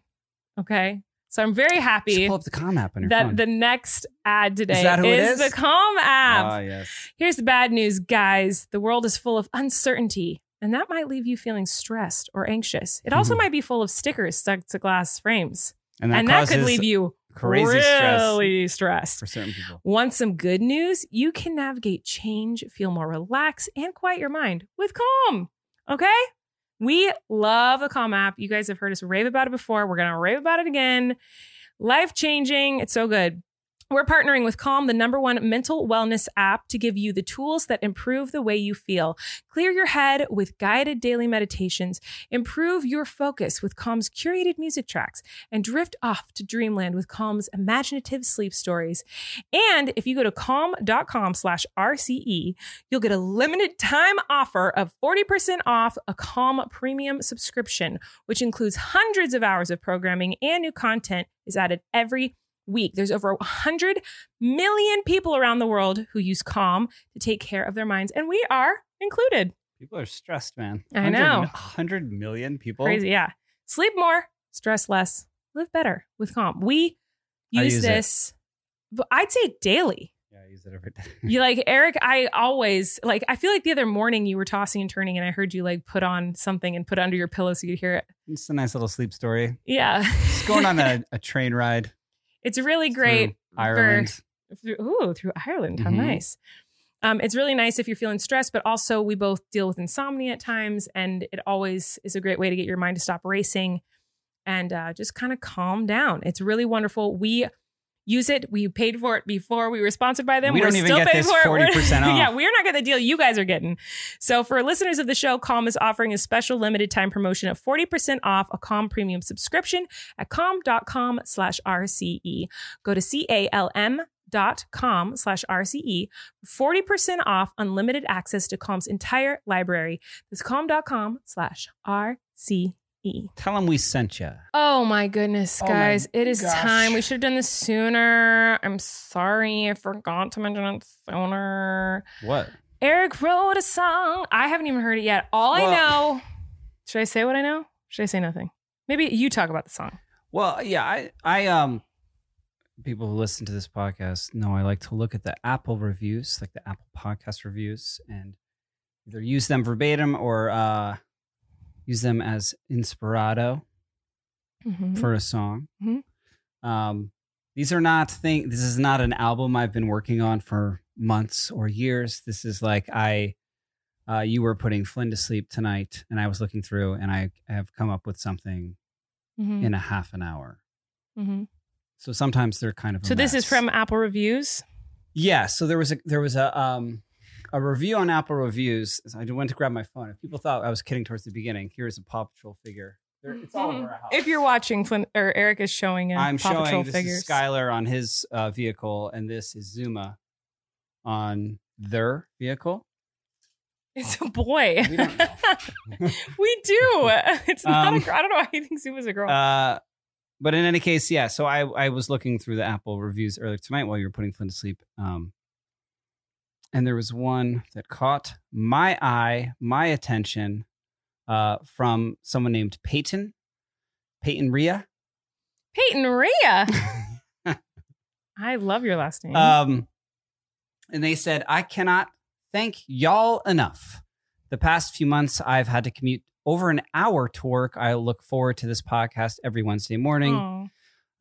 Okay. So I'm very You should happy pull up the calm app on your that phone. the next ad today that who it is? the Calm app. Ah, yes. Here's the bad news, guys. The world is full of uncertainty, and that might leave you feeling stressed or anxious. It also Mhm. might be full of stickers stuck to glass frames, And that, and that could causes leave you crazy stress really stressed. for certain people. Want some good news? You can navigate change, feel more relaxed, and quiet your mind with Calm. Okay? We love the Calm app. You guys have heard us rave about it before. We're going to rave about it again. Life changing. It's so good. We're partnering with Calm, the number one mental wellness app, to give you the tools that improve the way you feel. Clear your head with guided daily meditations, improve your focus with Calm's curated music tracks, and drift off to dreamland with Calm's imaginative sleep stories. And if you go to calm.com slash RCE, you'll get a limited time offer of 40% off a Calm premium subscription, which includes hundreds of hours of programming and new content is added every week. There's over 100 million people around the world who use Calm to take care of their minds, and we are included. People are stressed, man. I know. 100 million people. Crazy, yeah. Sleep more, stress less, live better with Calm. We I use, use it. this, but I'd say daily. Yeah, I use it every day. you like Eric. I always like. I feel like the other morning you were tossing and turning, and I heard you like put on something and put it under your pillow so you could hear it. It's a nice little sleep story. Yeah, It's going on a, a train ride. it's really through great. Ireland. Through, ooh, through Ireland. How Mhm. nice. Um, it's really nice if you're feeling stressed, but also we both deal with insomnia at times, and it always is a great way to get your mind to stop racing and uh, just kind of calm down. It's really wonderful. We use it. We paid for it before we were sponsored by them. We are don't even still get paying this for it. 40% off. yeah, we're not getting the deal you guys are getting. So for listeners of the show, Calm is offering a special limited time promotion of 40% off a Calm premium subscription at calm.com slash RCE. Go to C-A-L-M dot com slash E RCE. 40% off unlimited access to Calm's entire library. That's calm.com slash RCE. Tell them we sent you. Oh my goodness, Oh my guys. it is gosh. time. We should have done this sooner. I'm sorry. I forgot to mention it sooner. What? Eric wrote a song. I haven't even heard it yet. All Well- I know. Should I say what I know? Should I say nothing? Maybe you talk about the song. Well, yeah, I, I, um, people who listen to this podcast know I like to look at the Apple reviews, like the Apple podcast reviews, and either use them verbatim or uh, use them as inspirado Mhm. for a song. Mhm. Um, these are not thing. This is not an album I've been working on for months or years. This is like I, uh, you were putting Flynn to sleep tonight, and I was looking through, and I have come up with something Mhm. in a half an hour. Mhm. So sometimes they're kind of. a So this is mess. from Apple Reviews. Yeah. So there was a there was a um a review on Apple reviews. I went to grab my phone. If people thought I was kidding towards the beginning, here's a Paw Patrol figure. There, it's all over our house. Mm-hmm. If you're watching, Flynn or Eric is showing a I'm Paw showing Patrol this figures. is Skylar on his uh, vehicle, and this is Zuma on their vehicle. It's a boy. We don't know. We do. It's not Um, a girl. I don't know why he thinks he was a girl. Uh, but in any case, yeah. So I I was looking through the Apple reviews earlier tonight while you were putting Flynn to sleep. Um, and there was one that caught my eye, my attention, uh, from someone named Peyton, Peyton Rhea. uh, Peyton Rhea. I love your last name. Um, and they said, I cannot thank y'all enough. The past few months, I've had to commute over an hour to work. I look forward to this podcast every Wednesday morning. Oh,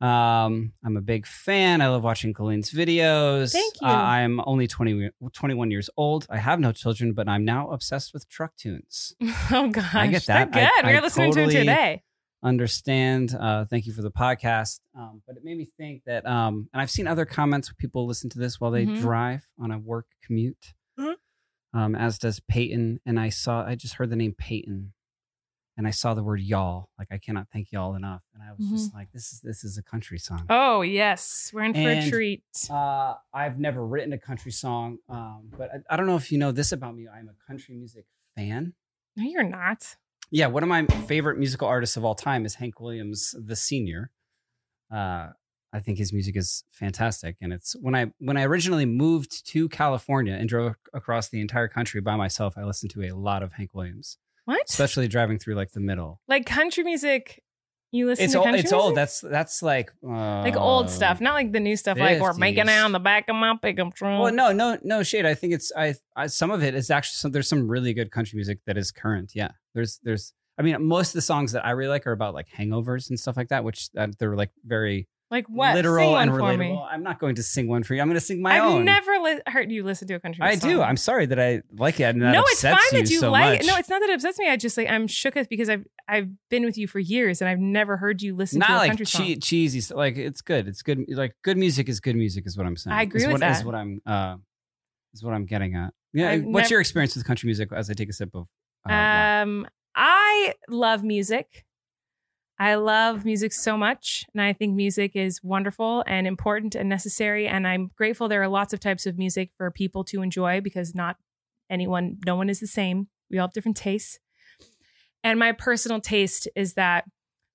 Um, I'm a big fan. I love watching Colleen's videos. Thank you. Uh, I'm only 20, 21 years old. I have no children, but I'm now obsessed with truck tunes. oh gosh. get They're that. good. I- we were I listening to totally- him today. Understand. Uh, thank you for the podcast. Um, but it made me think that, um, and I've seen other comments where people listen to this while they Mhm. drive on a work commute, Mhm. um, as does Peyton. And I saw, I just heard the name Peyton. And I saw the word y'all. Like I cannot thank y'all enough. And I was Mm-hmm. just like, this is this is a country song. Oh yes. We're in for And- a treat. Uh, I've never written a country song, um, but I, I don't know if you know this about me. I'm a country music fan. No, you're not. Yeah, one of my favorite musical artists of all time is Hank Williams the Senior. Uh, I think his music is fantastic, and it's when I when I originally moved to California and drove across the entire country by myself. I listened to a lot of Hank Williams, What? especially driving through like the middle. like country music. You listen it's to old. country It's music? old. That's that's like uh, like old stuff, not like the new stuff. Like we're making 50s. out on the back of my pickup truck. Well, no, no, no shade. I think it's I, I some of it is actually some, there's some really good country music that is current. Yeah, there's there's I mean most of the songs that I really like are about like hangovers and stuff like that, which uh, they're like very like what? Sing literal one and for relatable. me. I'm not going to sing one for you. I'm going to sing my I've own. never li- heard you listen to a country. I song. do. I'm sorry that I like it. And that no, it's upsets fine that you so like. much. No, it's not that it upsets me. I just like I'm shooketh because I've I've been with you for years and I've never heard you listen not to a like country song. che- cheesy. Stuff. Like it's good. It's good. Like good music is good music is what I'm saying. I agree is with what, Is that. what I'm uh, is what I'm getting at. Yeah. I've what's nev- your experience with country music? As I take a sip of. Uh, wine? Um, I love music. I love music so much, and I think music is wonderful and important and necessary. And I'm grateful there are lots of types of music for people to enjoy because not anyone, no one is the same. We all have different tastes. And my personal taste is that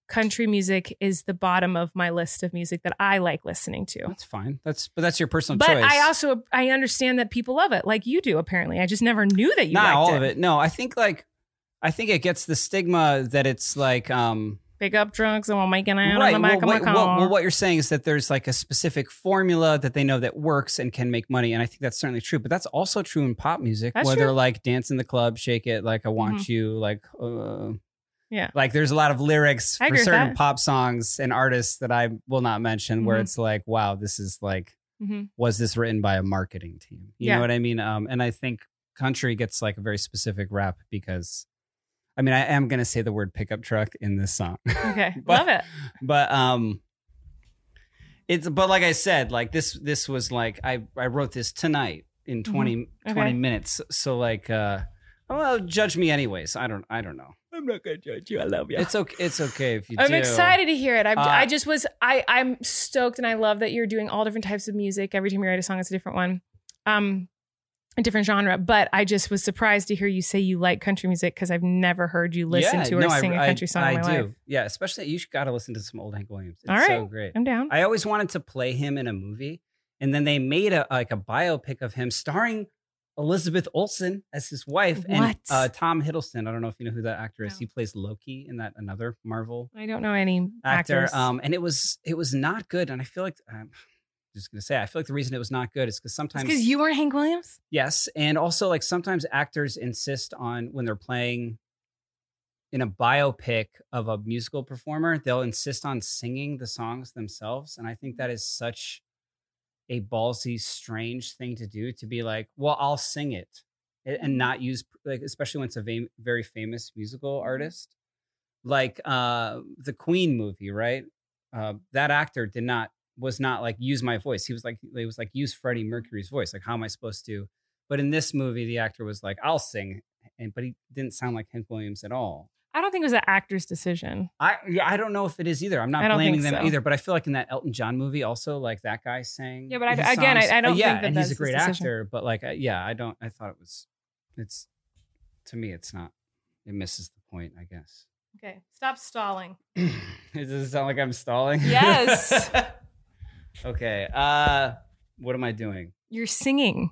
country music is the bottom of my list of music that I like listening to. That's fine. That's but that's your personal but choice. I also I understand that people love it, like you do. Apparently, I just never knew that you not liked all of it. No, I think like I think it gets the stigma that it's like um Pick up drunks and we'll make an eye on the well, back what, of my well, car. well, what you're saying is that there's like a specific formula that they know that works and can make money, and I think that's certainly true. But that's also true in pop music, That's where true. Mm-hmm. they're like dance in the club, shake it, like I want you, like uh, Yeah. like there's a lot of lyrics I for agree with certain that. pop songs and artists that I will not mention, where Mhm. it's like, wow, this is like hmm was this written by a marketing team? You Yeah. know what I mean? Um, and I think country gets like a very specific rap because, I mean, I am gonna say the word pickup truck in this song, Okay, But- love it. but um, it's but like I said, like this this was like I I wrote this tonight in 20, Mm-hmm. Okay. 20 minutes, so like uh, well, judge me anyways. I don't I don't know. I'm not gonna judge you. I love you. It's okay. It's okay if you. I'm do. excited to hear it. I, Uh, I just was. I I'm stoked, and I love that you're doing all different types of music. Every time you write a song, it's a different one, um, a different genre. But I just was surprised to hear you say you like country music because I've never heard you listen Yeah, to or no, I- sing a I- country song I in my do. life. Yeah, especially you got to listen to some old Hank Williams. It's All so right. great. I'm down. I always wanted to play him in a movie, and then they made a like a biopic of him starring Elizabeth Olsen as his wife and What? uh, Tom Hiddleston. I don't know if you know who that actor is. No. He plays Loki in that another Marvel I don't know any actor. actors. Um, and it was it was not good. And I feel like I'm just gonna say I feel like the reason it was not good is because sometimes because you weren't Hank Williams. Yes, and also like sometimes actors insist on when they're playing in a biopic of a musical performer, they'll insist on singing the songs themselves, and I think that is such a ballsy, strange thing to do to be like, well, I'll sing it a- and not use like especially when it's a vam- very famous musical artist like uh the queen movie right uh that actor did not was not like use my voice he was like he was like use freddie mercury's voice like how am i supposed to but in this movie the actor was like i'll sing and but he didn't sound like hank williams at all I don't think it was an actor's decision. i yeah, i don't know if it is either i'm I not don't blaming them think so. either but i feel like in that elton john movie also like that guy sang Yeah, but I- his again, I- songs. I don't yeah think that and that's he's a his great decision. actor but like I- yeah i don't i thought it was it's to me it's not it misses the point i guess Okay, stop stalling. Does it sound like I'm stalling? Yes. okay. Uh what am I doing? You're singing.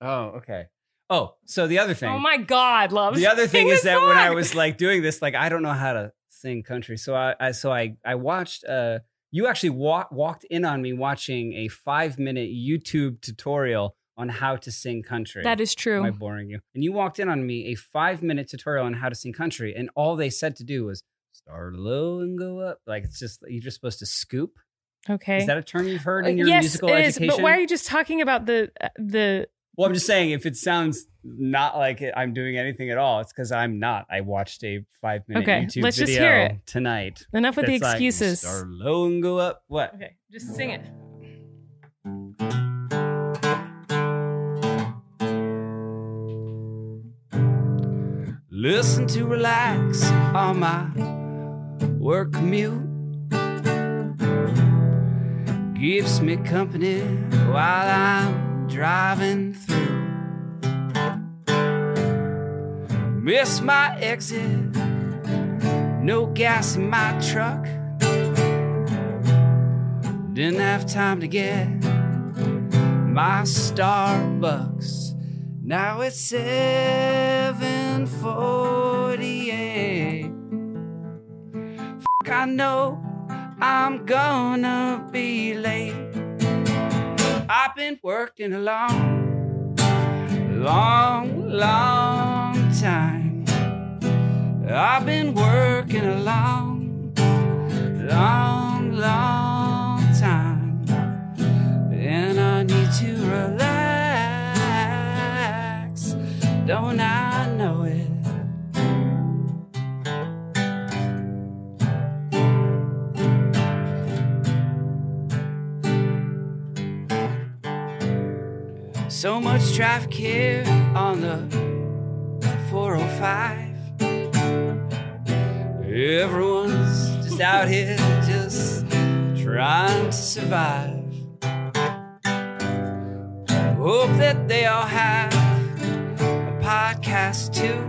Oh, okay. Oh, so the other thing. Oh my God, love. the other thing Sing is the that when I song. was like doing this, like I don't know how to sing country. So I, I so I I watched uh you actually wa- walked in on me watching a five minute YouTube tutorial on how to sing country. That is Am I true. boring you? And you walked in on me a five minute tutorial on how to sing country, and all they said to do was start low and go up. Like it's just you're just supposed to scoop. Okay. Is that a term you've heard in Uh, your yes, musical it is, education? But why are you just talking about the uh, the? Well, I'm just saying, if it sounds not like it, I'm doing anything at all, it's because I'm not. I watched a five minute Okay, YouTube let's just video hear tonight. Enough with the that's like, excuses. start low and go up. What? okay, just sing it. Listen to relax on my work commute. Gives me company while I'm driving through. Miss my exit, no gas in my truck. Didn't have time to get my Starbucks. Now it's 748. Fuck, I know I'm gonna be late. I've been working a long, long, long time. I've been working a long, long, long time and I need to relax. Don't I know it? So much traffic here on the 405. Everyone's just out here, just trying to survive. Hope that they all have a podcast too.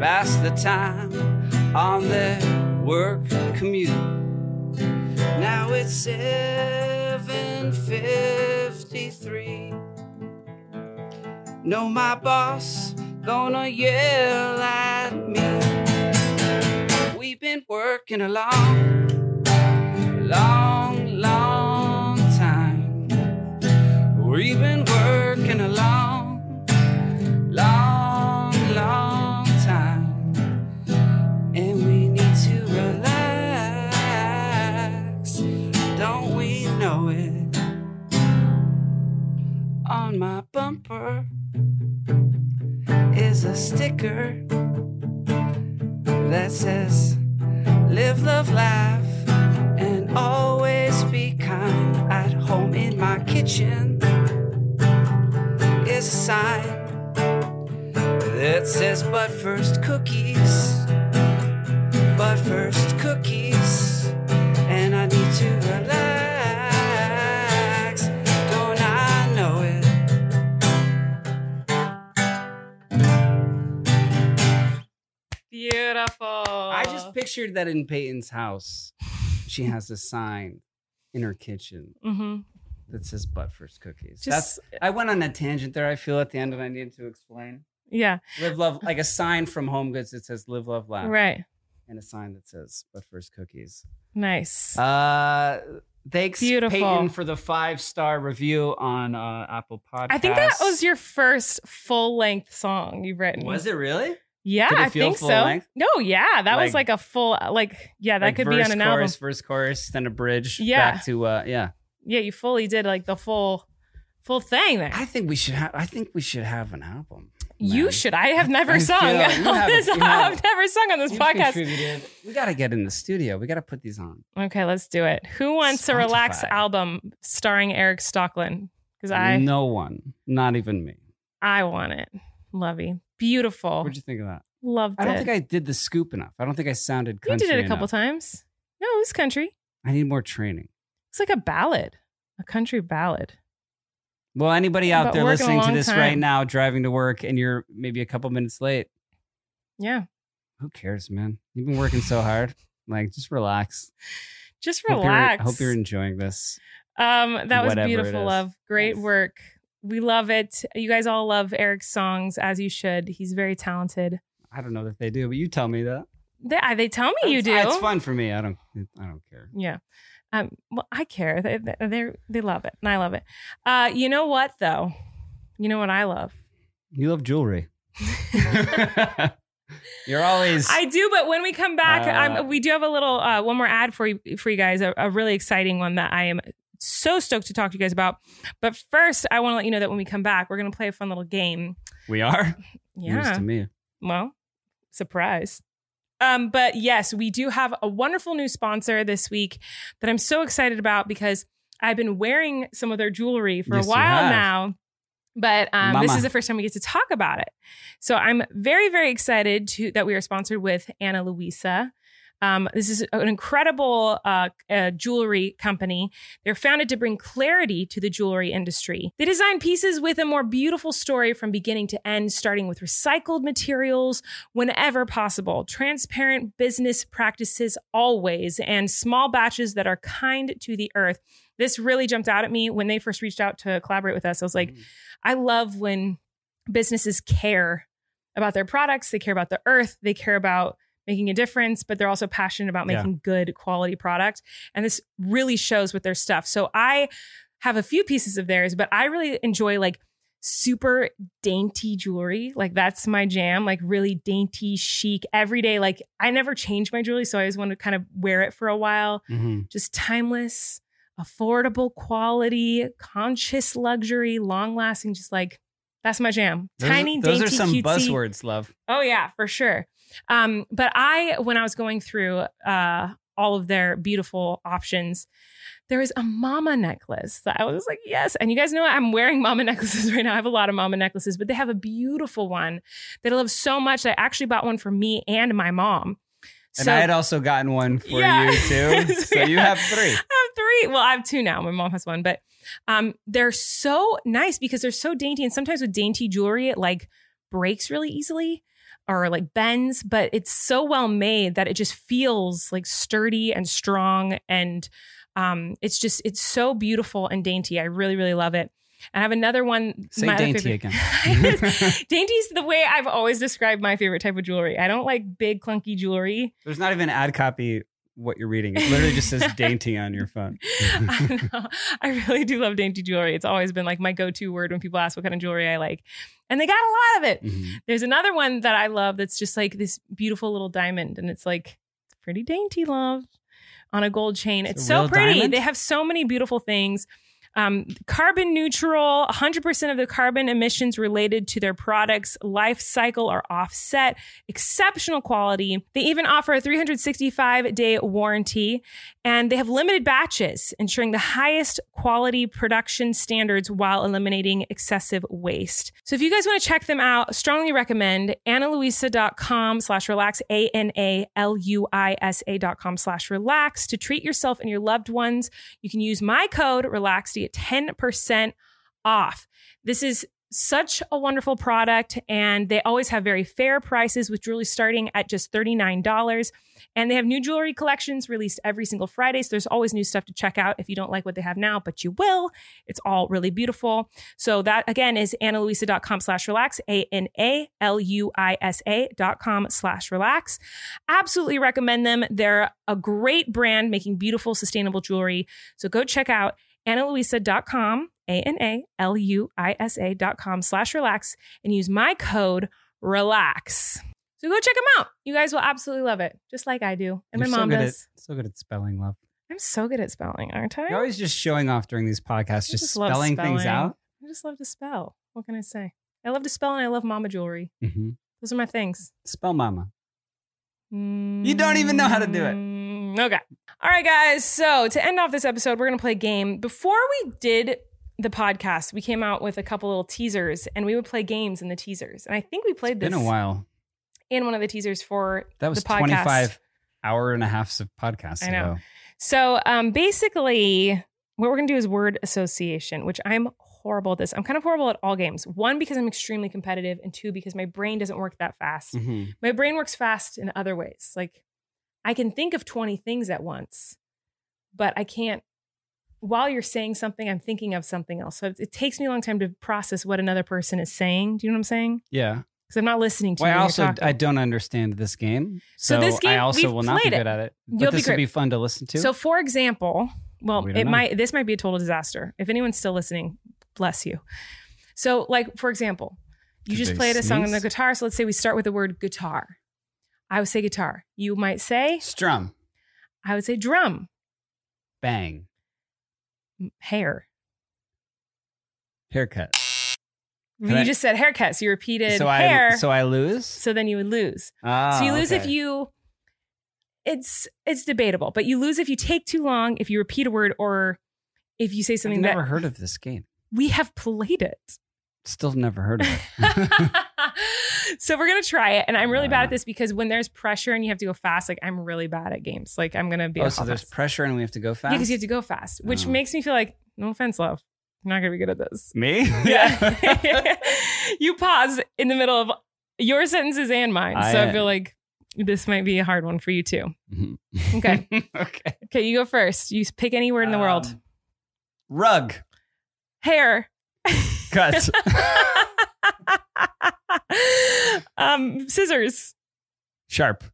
Pass the time on their work commute. Now it's 753. No, my boss gonna yell at me. We've been working along long, long time. We've been working a long, long, long time. And we need to relax. Don't we know it? On my bumper is a sticker that says, Live, love, laugh and always be kind. At home in my kitchen is a sign that says, But first cookies, but first cookies, and I need to relax. Don't I know it? Beautiful. I I just pictured that in Peyton's house, she has a sign in her kitchen hmm that says, But first cookies. That's Just I went on a tangent there. I feel at the end, and I needed to explain. yeah. Live, love, like a sign from Home Goods that says "Live, love, laugh," Right. and a sign that says "But first cookies." Nice. Uh, thanks, Beautiful. Peyton, for the five star review on uh, Apple Podcasts. I think that was your first full length song you've written. Was it really? Yeah, Did it I feel think full so. length? No, yeah, that was Like- like a full like yeah, that Like could verse, be on an album. chorus, Verse, chorus, then a bridge. Yeah. Back to uh, yeah. Yeah, you fully did like the full full thing there. I think we should have. I think we should have an album. you man. should. I have never I feel sung like you on have a- this. you have- I've never sung on this You've podcast. contributed. We got to get in the studio. We got to put these on. Okay, let's do it. Who wants a relax Spotify. album starring Eric Stockland? Because I no one, not even me. I want it. Lovey. Beautiful. What'd you think of that? Loved I don't it. think I did the scoop enough. I don't think I sounded you country. did it a couple enough. times. No, it was country. I need more training. It's like a ballad, a country ballad. Well, anybody out But there working a listening to long this right time. now, driving to work, and you're maybe a couple minutes late, Yeah. who cares, man? You've been working so hard. Like, just relax. Just Hope you're- relax. I hope you're enjoying this. Um, that was Whatever it beautiful, is. love. Great Nice. work. We love it. You guys all love Eric's songs as you should. He's very talented. I don't know that they do, but you tell me that. They, I- they tell me you do. It's fun for me. I don't. I don't care. Yeah. Um, well, I care. They they they love it, and I love it. Uh, you know what though? You know what I love? You love jewelry. You're always. I do, but when we come back, Uh, um, we do have a little uh, one more ad for you, for you guys, a, a really exciting one that I am so stoked to talk to you guys about. But first, I want to let you know that when we come back, we're gonna play a fun little game. we are. News Yeah. to me. Well, surprise. Um, but yes, we do have a wonderful new sponsor this week that I'm so excited about because I've been wearing some of their jewelry for Yes, a you while have. now. But um, this Mama. is the first time we get to talk about it. So I'm very, very excited to, that we are sponsored with Ana Luisa. Um, this is an incredible uh, uh, jewelry company. They're founded to bring clarity to the jewelry industry. They design pieces with a more beautiful story from beginning to end, starting with recycled materials whenever possible, transparent business practices always, and small batches that are kind to the earth. This really jumped out at me when they first reached out to collaborate with us. I was like, I love when businesses care about their products, they care about the earth, they care about making a difference, but they're also passionate about Yeah. making good quality product. And this really shows with their stuff. So I have a few pieces of theirs, but I really enjoy like super dainty jewelry. Like that's my jam, like really dainty, chic, everyday. Like I never change my jewelry, so I always want to kind of wear it for a while Mhm. just timeless, affordable quality, conscious luxury, long lasting, just like that's my jam. Those, Tiny, those dainty, are some cutesy. buzzwords, love. Oh yeah, for sure. Um, but I, when I was going through uh, all of their beautiful options, there was a mama necklace that I was like, yes. And you guys know I'm wearing mama necklaces right now. I have a lot of mama necklaces, but they have a beautiful one that I love so much. I actually bought one for me and my mom. And I had also gotten one for Yeah. you too. so you have three. I have three. Well, I have two now. My mom has one, but um, they're so nice because they're so dainty. And sometimes with dainty jewelry, it like breaks really easily or like bends, but it's so well made that it just feels like sturdy and strong. And um, it's just, it's so beautiful and dainty. I really, really love it. And I have another one. Say my other dainty favorite- again. Dainty's the way I've always described my favorite type of jewelry. I don't like big, clunky jewelry. There's not even ad copy what you're reading. It literally just says dainty on your phone. I know. I really do love dainty jewelry. It's always been like my go-to word when people ask what kind of jewelry I like. And they got a lot of it. Mhm. There's another one that I love that's just like this beautiful little diamond and it's like it's pretty dainty love on a gold chain. It's, It's a so real pretty. diamond? They have so many beautiful things. Um, carbon neutral, 100% of the carbon emissions related to their products' life cycle are offset. Exceptional quality. They even offer a 365 day warranty and they have limited batches, ensuring the highest quality production standards while eliminating excessive waste. So if you guys want to check them out, strongly recommend analuisa.com slash relax, A-N-A-L-U-I-S-A dot com slash relax to treat yourself and your loved ones. You can use my code relax to get 10% off. This is such a wonderful product and they always have very fair prices with jewelry starting at just $39 and they have new jewelry collections released every single friday so there's always new stuff to check out if you don't like what they have now but you will it's all really beautiful so that again is analuisa.com slash relax a-n-a-l-u-i-s-a dot com slash relax absolutely recommend them they're a great brand making beautiful sustainable jewelry so go check out analuisa.com, A-N-A-L-U-I-S-A dot com slash relax and use my code relax. So go check them out. You guys will absolutely love it, just like I do. And You're my so mom good does. At, so good at spelling, love. I'm so good at spelling, aren't I? You're always just showing off during these podcasts, I just, love spelling, things out. I just love to spell. What can I say? I love to spell and I love mama jewelry. Mhm. Those are my things. Spell mama. don't even know how to do it. Mm, Okay. All right, guys. So to end off this episode, we're going to play a game. Before we did the podcast, we came out with a couple little teasers and we would play games in the teasers. And I think we played this Been a while. in one of the teasers for That was the podcast. 25 hour and a half of podcasts I know. ago. So um, basically, what we're going to do is word association, which I'm horrible at this. I'm kind of horrible at all games. One, because I'm extremely competitive, and two, because my brain doesn't work that fast. Mhm. my brain works fast in other ways. Like I can think of 20 things at once, but I can't. While you're saying something, I'm thinking of something else. So it, it takes me a long time to process what another person is saying. Do you know what I'm saying? Yeah. because I'm not listening to Well, you. I when you're also talking. I don't understand this game, so, So this I game, also we've will not be played it. good at it. But You'll be this will great. be fun to listen to. So, for example, well, We don't it know. might this might be a total disaster. If anyone's still listening, bless you. So, like for example, you Did just they played a song on the sneeze? guitar. So let's say we start with the word guitar. I would say guitar. You might say strum, I would say drum, bang, m- hair. haircut. You Can I- just said haircut, so you repeated So hair. I so I lose. so then you would lose. Ah, so you lose if okay. you. It's it's debatable, but you lose if you take too long, if you repeat a word, or if you say something I've that never heard of this game. we have played it. Still never heard of it. so we're gonna try it, and I'm really bad Wow. at this because when there's pressure and you have to go fast, like I'm really bad at games. Like I'm gonna be. oh, a so hot there's mess. pressure and we have to go yeah, fast. because you have to go fast, which Oh. makes me feel like no offense, love, I'm not gonna be good at this. me. Yeah, you pause in the middle of your sentences and mine, so I I- feel like this might be a hard one for you too. Okay, okay. okay, you go first. You pick any word in the world. Um, Rug Hair. cut. um, scissors. Sharp.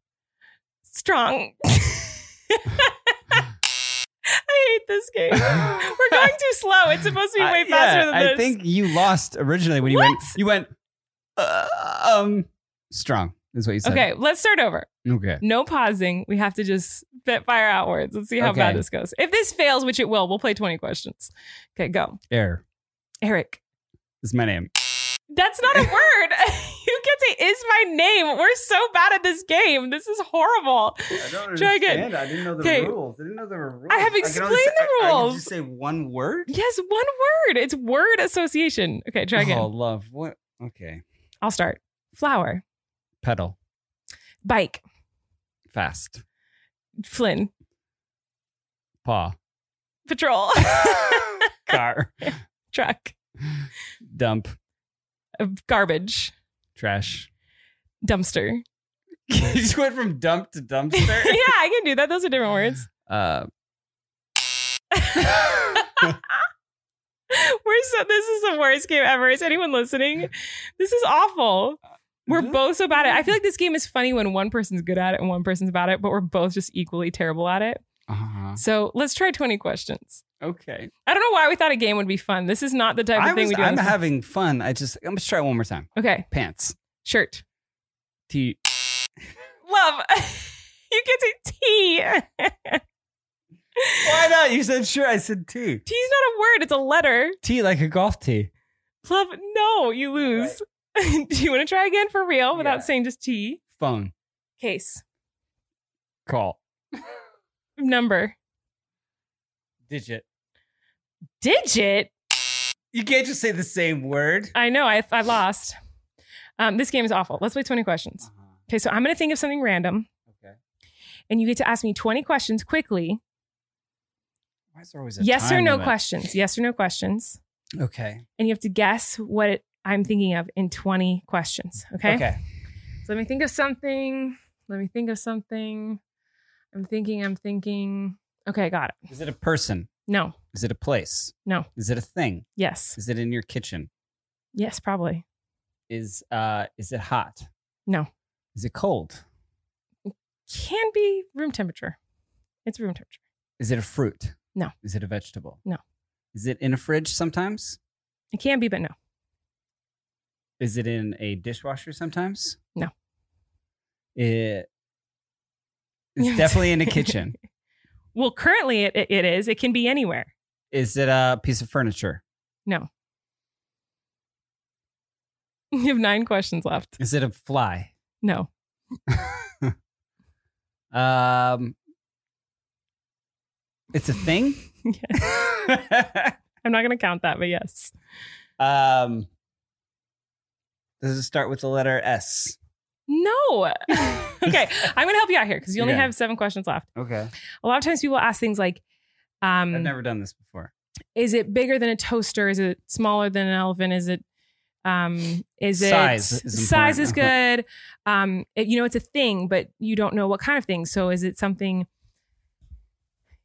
strong. I hate this game. We're going too slow. It's supposed to be way I- faster yeah, than this. I think you lost originally when you went. What? You went. Uh, um, strong is what you said. okay, let's start over. Okay. No pausing. We have to just spit fire outwards. Let's see how bad Okay. this goes. If this fails, which it will, we'll play 20 questions. Okay, go. Air Eric. is my name. That's not a word. you get to is my name. We're so bad at this game. This is horrible. I don't Try again. understand. I didn't know the Okay. rules. I didn't know there were rules. I have can explained only say- the I- I rules. can just say one word. Yes, one word. It's word association. Okay, try again. Oh, love. What? Okay. I'll start. Flower. Pedal Bike. fast. Flynn. Paw. Patrol. Car. truck, Dump. of garbage, Trash. dumpster. you just went from dump to yeah, dumpster. I can do that. Those are different words. uh, We're so this is the worst game ever. Is anyone listening? This is awful. We're Mm-hmm. both so bad at it. I feel like this game is funny when one person's good at it and one person's bad at it, but we're both just equally terrible at it. uh So let's try 20 questions. Okay. I don't know why we thought a game would be fun. This is not the type of I was, thing we do. on I'm this- having fun. I just, I'm going to try it one more time. okay, Pants. shirt. T. Love. you get to tea. Why not? You said sure. I said T. Tea's not a word, it's a letter. T like a golf tee. Love, no, you lose. Do you want to try again for real without Yeah. saying just T? Phone. Case. Call. Number. Digit. Digit? You can't just say the same word. I know, I, I lost. Um, this game is awful. Let's play 20 questions. Okay, so I'm going to think of something random. Okay. And you get to ask me 20 questions quickly. Why is there always Yes or time no limit? questions. Yes or no questions. Okay. And you have to guess what it, I'm thinking of in 20 questions. Okay? So let me think of something. Let me think of something. I'm thinking, I'm thinking. Okay, got it. Is it a person? No. Is it a place? No. Is it a thing? Yes. Is it in your kitchen? Yes, probably. Is uh is it hot? No. Is it cold? Can be room temperature. It's room temperature. Is it a fruit? No. Is it a vegetable? No. Is it in a fridge sometimes? It can be, but no. Is it in a dishwasher sometimes? No. It, it's definitely in a kitchen. Well, currently it, it, it is. It can be anywhere. Is it a piece of furniture? No. You have nine questions left. Is it a fly? No. Um, it's a thing. Yes. I'm not going to count that, but yes. um, does it start with the letter S? No. okay. I'm going to help you out here because you only Okay. have seven questions left. Okay, A lot of times people ask things like, um, I've never done this before. is it bigger than a toaster? Is it smaller than an elephant? Is it um is it Size is size is good. important. Uh-huh. Um it- you know it's a thing, but you don't know what kind of thing. So is it something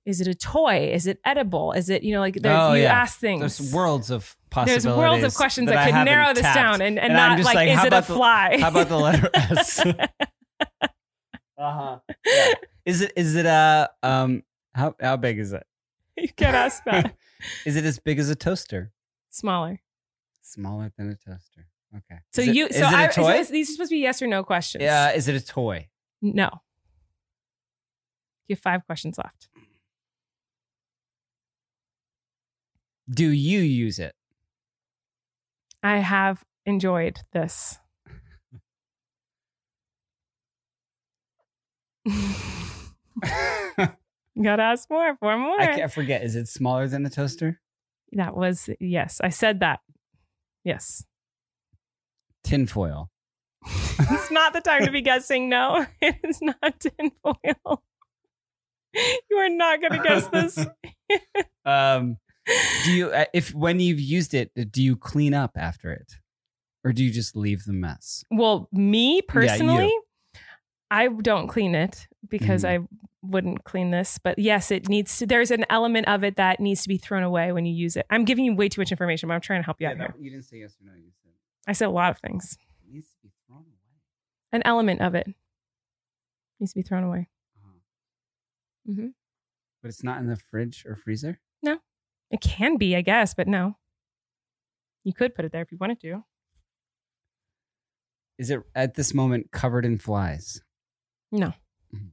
is it a toy? Is it edible? Is it you know like there's Oh, you yeah. ask things. There's worlds of There's possibilities. worlds of questions that that, could haven't narrow this tapped. down and, and, And I'm not just like, like, is how it a about the- fly? How about the letter S? uh huh. Yeah. Is it is it uh um how how big is it? you can't ask that. Is it as big as a toaster? Smaller. Smaller than a toaster. Okay. So Is it- you is so it a I, toy? Is this, these are supposed to be yes or no questions. yeah. Is it a toy? No. You have five questions left. Do you use it? I have enjoyed this. I, Gotta ask more, four more. can't, I forget. Is it smaller than a toaster? That was yes. I said that. Yes. Tinfoil. It's not the time to be guessing. No, it's not tinfoil. You are not going to guess this. Um, do you uh, if when you've used it, uh, do you clean up after it, or do you just leave the mess? Well, me personally, I don't clean it because Mm-hmm. I wouldn't clean this. But yes, it needs to. There's an element of it that needs to be thrown away when you use it. I'm giving you way too much information, but I'm trying to help you out here. you didn't say yes or no. You said I said a lot of things. it needs to be thrown away. An element of it needs to be thrown away. Uh-huh. Mhm. But it's not in the fridge or freezer. It can be, I guess, but no. You could put it there if you wanted to. Is it at this moment covered in flies? No. Mhm.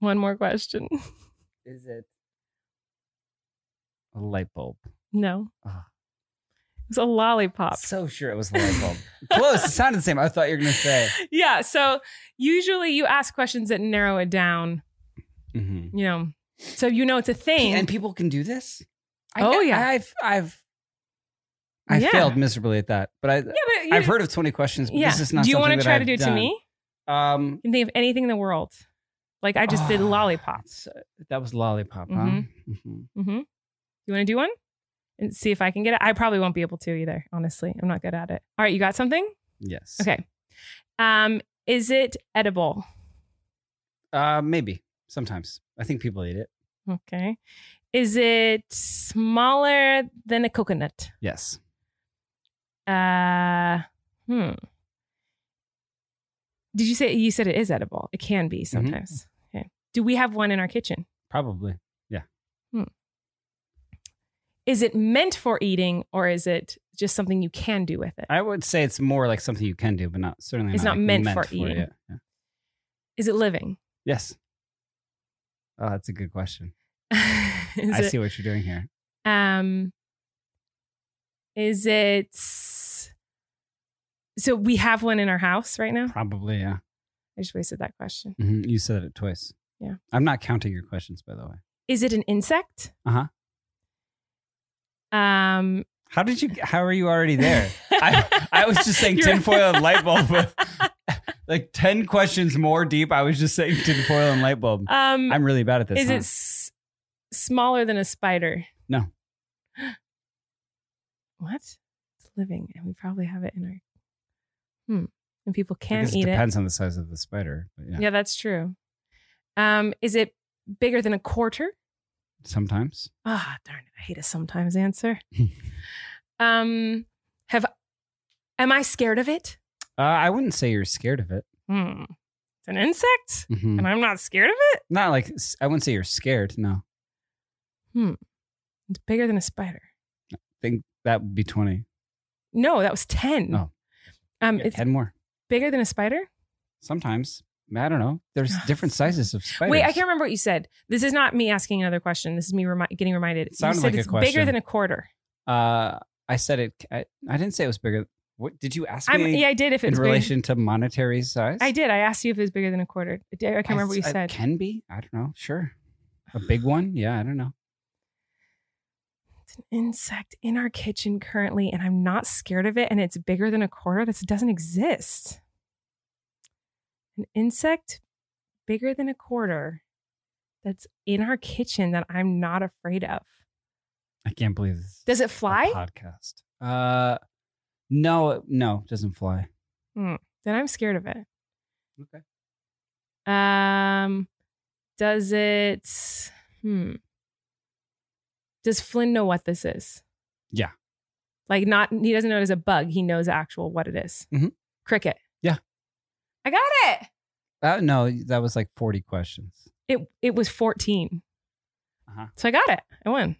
One more question. Is it a light bulb? No. Ah. It's a lollipop. So sure it was a light bulb. Close. It sounded the same. I thought you were gonna say. Yeah. So usually you ask questions that narrow it down, Mm-hmm. you know, so you know it's a thing. And people can do this. Oh, yeah. I've I've I Yeah. failed miserably at that, but I yeah, but you, I've heard of twenty questions. But Yeah. this is not. do you want wanna try to do it to me? Um, You can think of anything in the world. Like I just did Ah. lollipop. it's, uh, that was lollipop, Mhm. huh? Mhm. Mm-hmm. You want to do one and see if I can get it? I probably won't be able to either. Honestly, I'm not good at it. All right, you got something? Yes. Okay. Um, is it edible? Uh, maybe sometimes I think people eat it. Okay. Is it smaller than a coconut? Yes. Uh, hmm. Did you say you said it is edible? It can be Mm-hmm. sometimes. Okay. Do we have one in our kitchen? Probably. Is it meant for eating or is it just something you can do with it? I would say it's more like something you can do, but not certainly. It's not, not like, meant for eating. it. Yeah. Is it living? Yes. Oh, that's a good question. is I it see what you're doing here. Um, is it? So we have one in our house right now. Probably, yeah. I just wasted that question. Mhm. You said it twice. Yeah. I'm not counting your questions, by the way. Is it an insect? Uh-huh. huh. Um, How did you? How are you already there? I, I was just saying tinfoil and light bulb. like ten questions more deep, I was just saying tinfoil and light bulb. um, I'm really bad at this. is huh? it s- smaller than a spider? No. what? It's living, and we probably have it in our. Hmm. And people I can guess eat it it. depends on the size of the spider. But yeah. Yeah, that's true. Um, is it bigger than a quarter? Sometimes. Ah, darn it. I hate a sometimes answer. um, have am I scared of it? Uh, I wouldn't say you're scared of it. Hmm. It's an insect, Mhm. and I'm not scared of it. Not like s- I wouldn't say you're scared. No, It's bigger than a spider. I think that would be twenty. No, that was ten. No. Um, Oh. Yeah, it's ten more. bigger than a spider. Sometimes I don't know. There's different sizes of spiders. Wait, I can't remember what you said. This is not me asking another question. This is me remi- getting reminded. It sounded you said like a it's bigger question. than a quarter. Uh, I said it. I, I didn't say it was bigger. What did you ask I'm, me? yeah, I did. If in it's bigger- relation to monetary size? I did. I asked you if it was bigger than a quarter. I can't remember what you I- uh, said. Can be. I don't know. Sure. A big one? Yeah, I don't know. It's an insect in our kitchen currently, and I'm not scared of it, and it's bigger than a quarter. This doesn't exist. An insect bigger than a quarter that's in our kitchen that I'm not afraid of. I can't believe this. Does it a fly? podcast. Uh, no, it- no, it doesn't fly. Then I'm scared of it. Okay. Um, does it? Hmm. Does Flynn know what this is? Yeah. Like not he doesn't know it as a bug. He knows actual what it is. Mhm. Cricket. Yeah. I got it. Uh, no, that was like 40 questions. It it was 14. Uh-huh. So I got it. I won.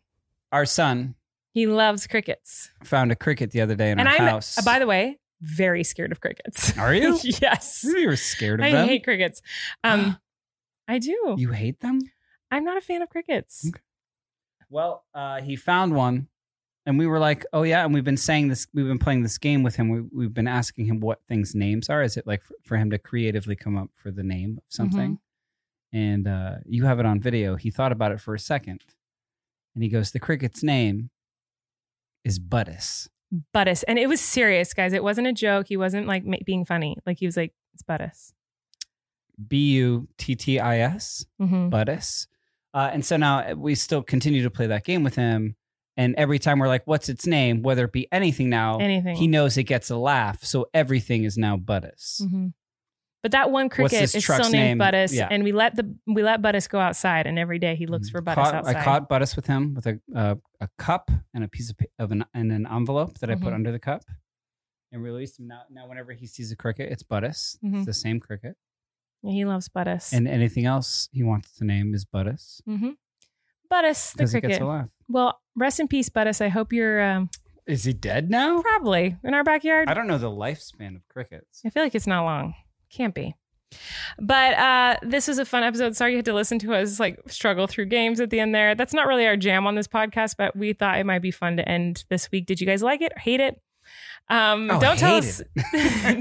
Our son He loves crickets. found a cricket the other day in and our I'm house. uh, by the way, very scared of crickets. Are you? yes. you were scared of I them. hate crickets. Um I do. you hate them? I'm not a fan of crickets. Okay. Well, uh, he found one, and we were like, "Oh yeah!" And we've been saying this. We've been playing this game with him. We, we've been asking him what things names are. Is it like for, for him to creatively come up for the name of something? And uh, you have it on video. He thought about it for a second, and he goes, "The cricket's name is Buttus." Buttus. And it was serious, guys. It wasn't a joke. He wasn't like ma- being funny. Like he was like, it's Buttus. B U T T I S. Mm-hmm. Buttus. Uh, and so now we still continue to play that game with him. And every time we're like, what's its name? Whether it be anything now, Anything. Oh, he knows it gets a laugh. So everything is now Buttus. hmm But that one cricket this is truck's still name? named Buttus, Yeah. Mm. and we let the we let Buttus go outside, and every day he looks for Buttus Caught- outside. I caught Buttus with him with a uh, a cup and a piece of, pa- of an and an envelope that I put Mhm. under the cup and released him. Now, now whenever he sees a cricket, it's Buttus. Mhm. It's the same cricket. Yeah, he loves Buttus. And anything else he wants to name is Buttus hmm Buttus the because it gets cricket. a laugh. Well, rest in peace, Buttus. I hope you're um, Is he dead now? probably in our backyard. I don't know the lifespan of crickets. I feel like it's not long. Can't be. But uh, this was a fun episode. Sorry you had to listen to us like struggle through games at the end there. That's not really our jam on this podcast, but we thought it might be fun to end this week. Did you guys like it? Hate it? Um, Oh, don't tell hate us.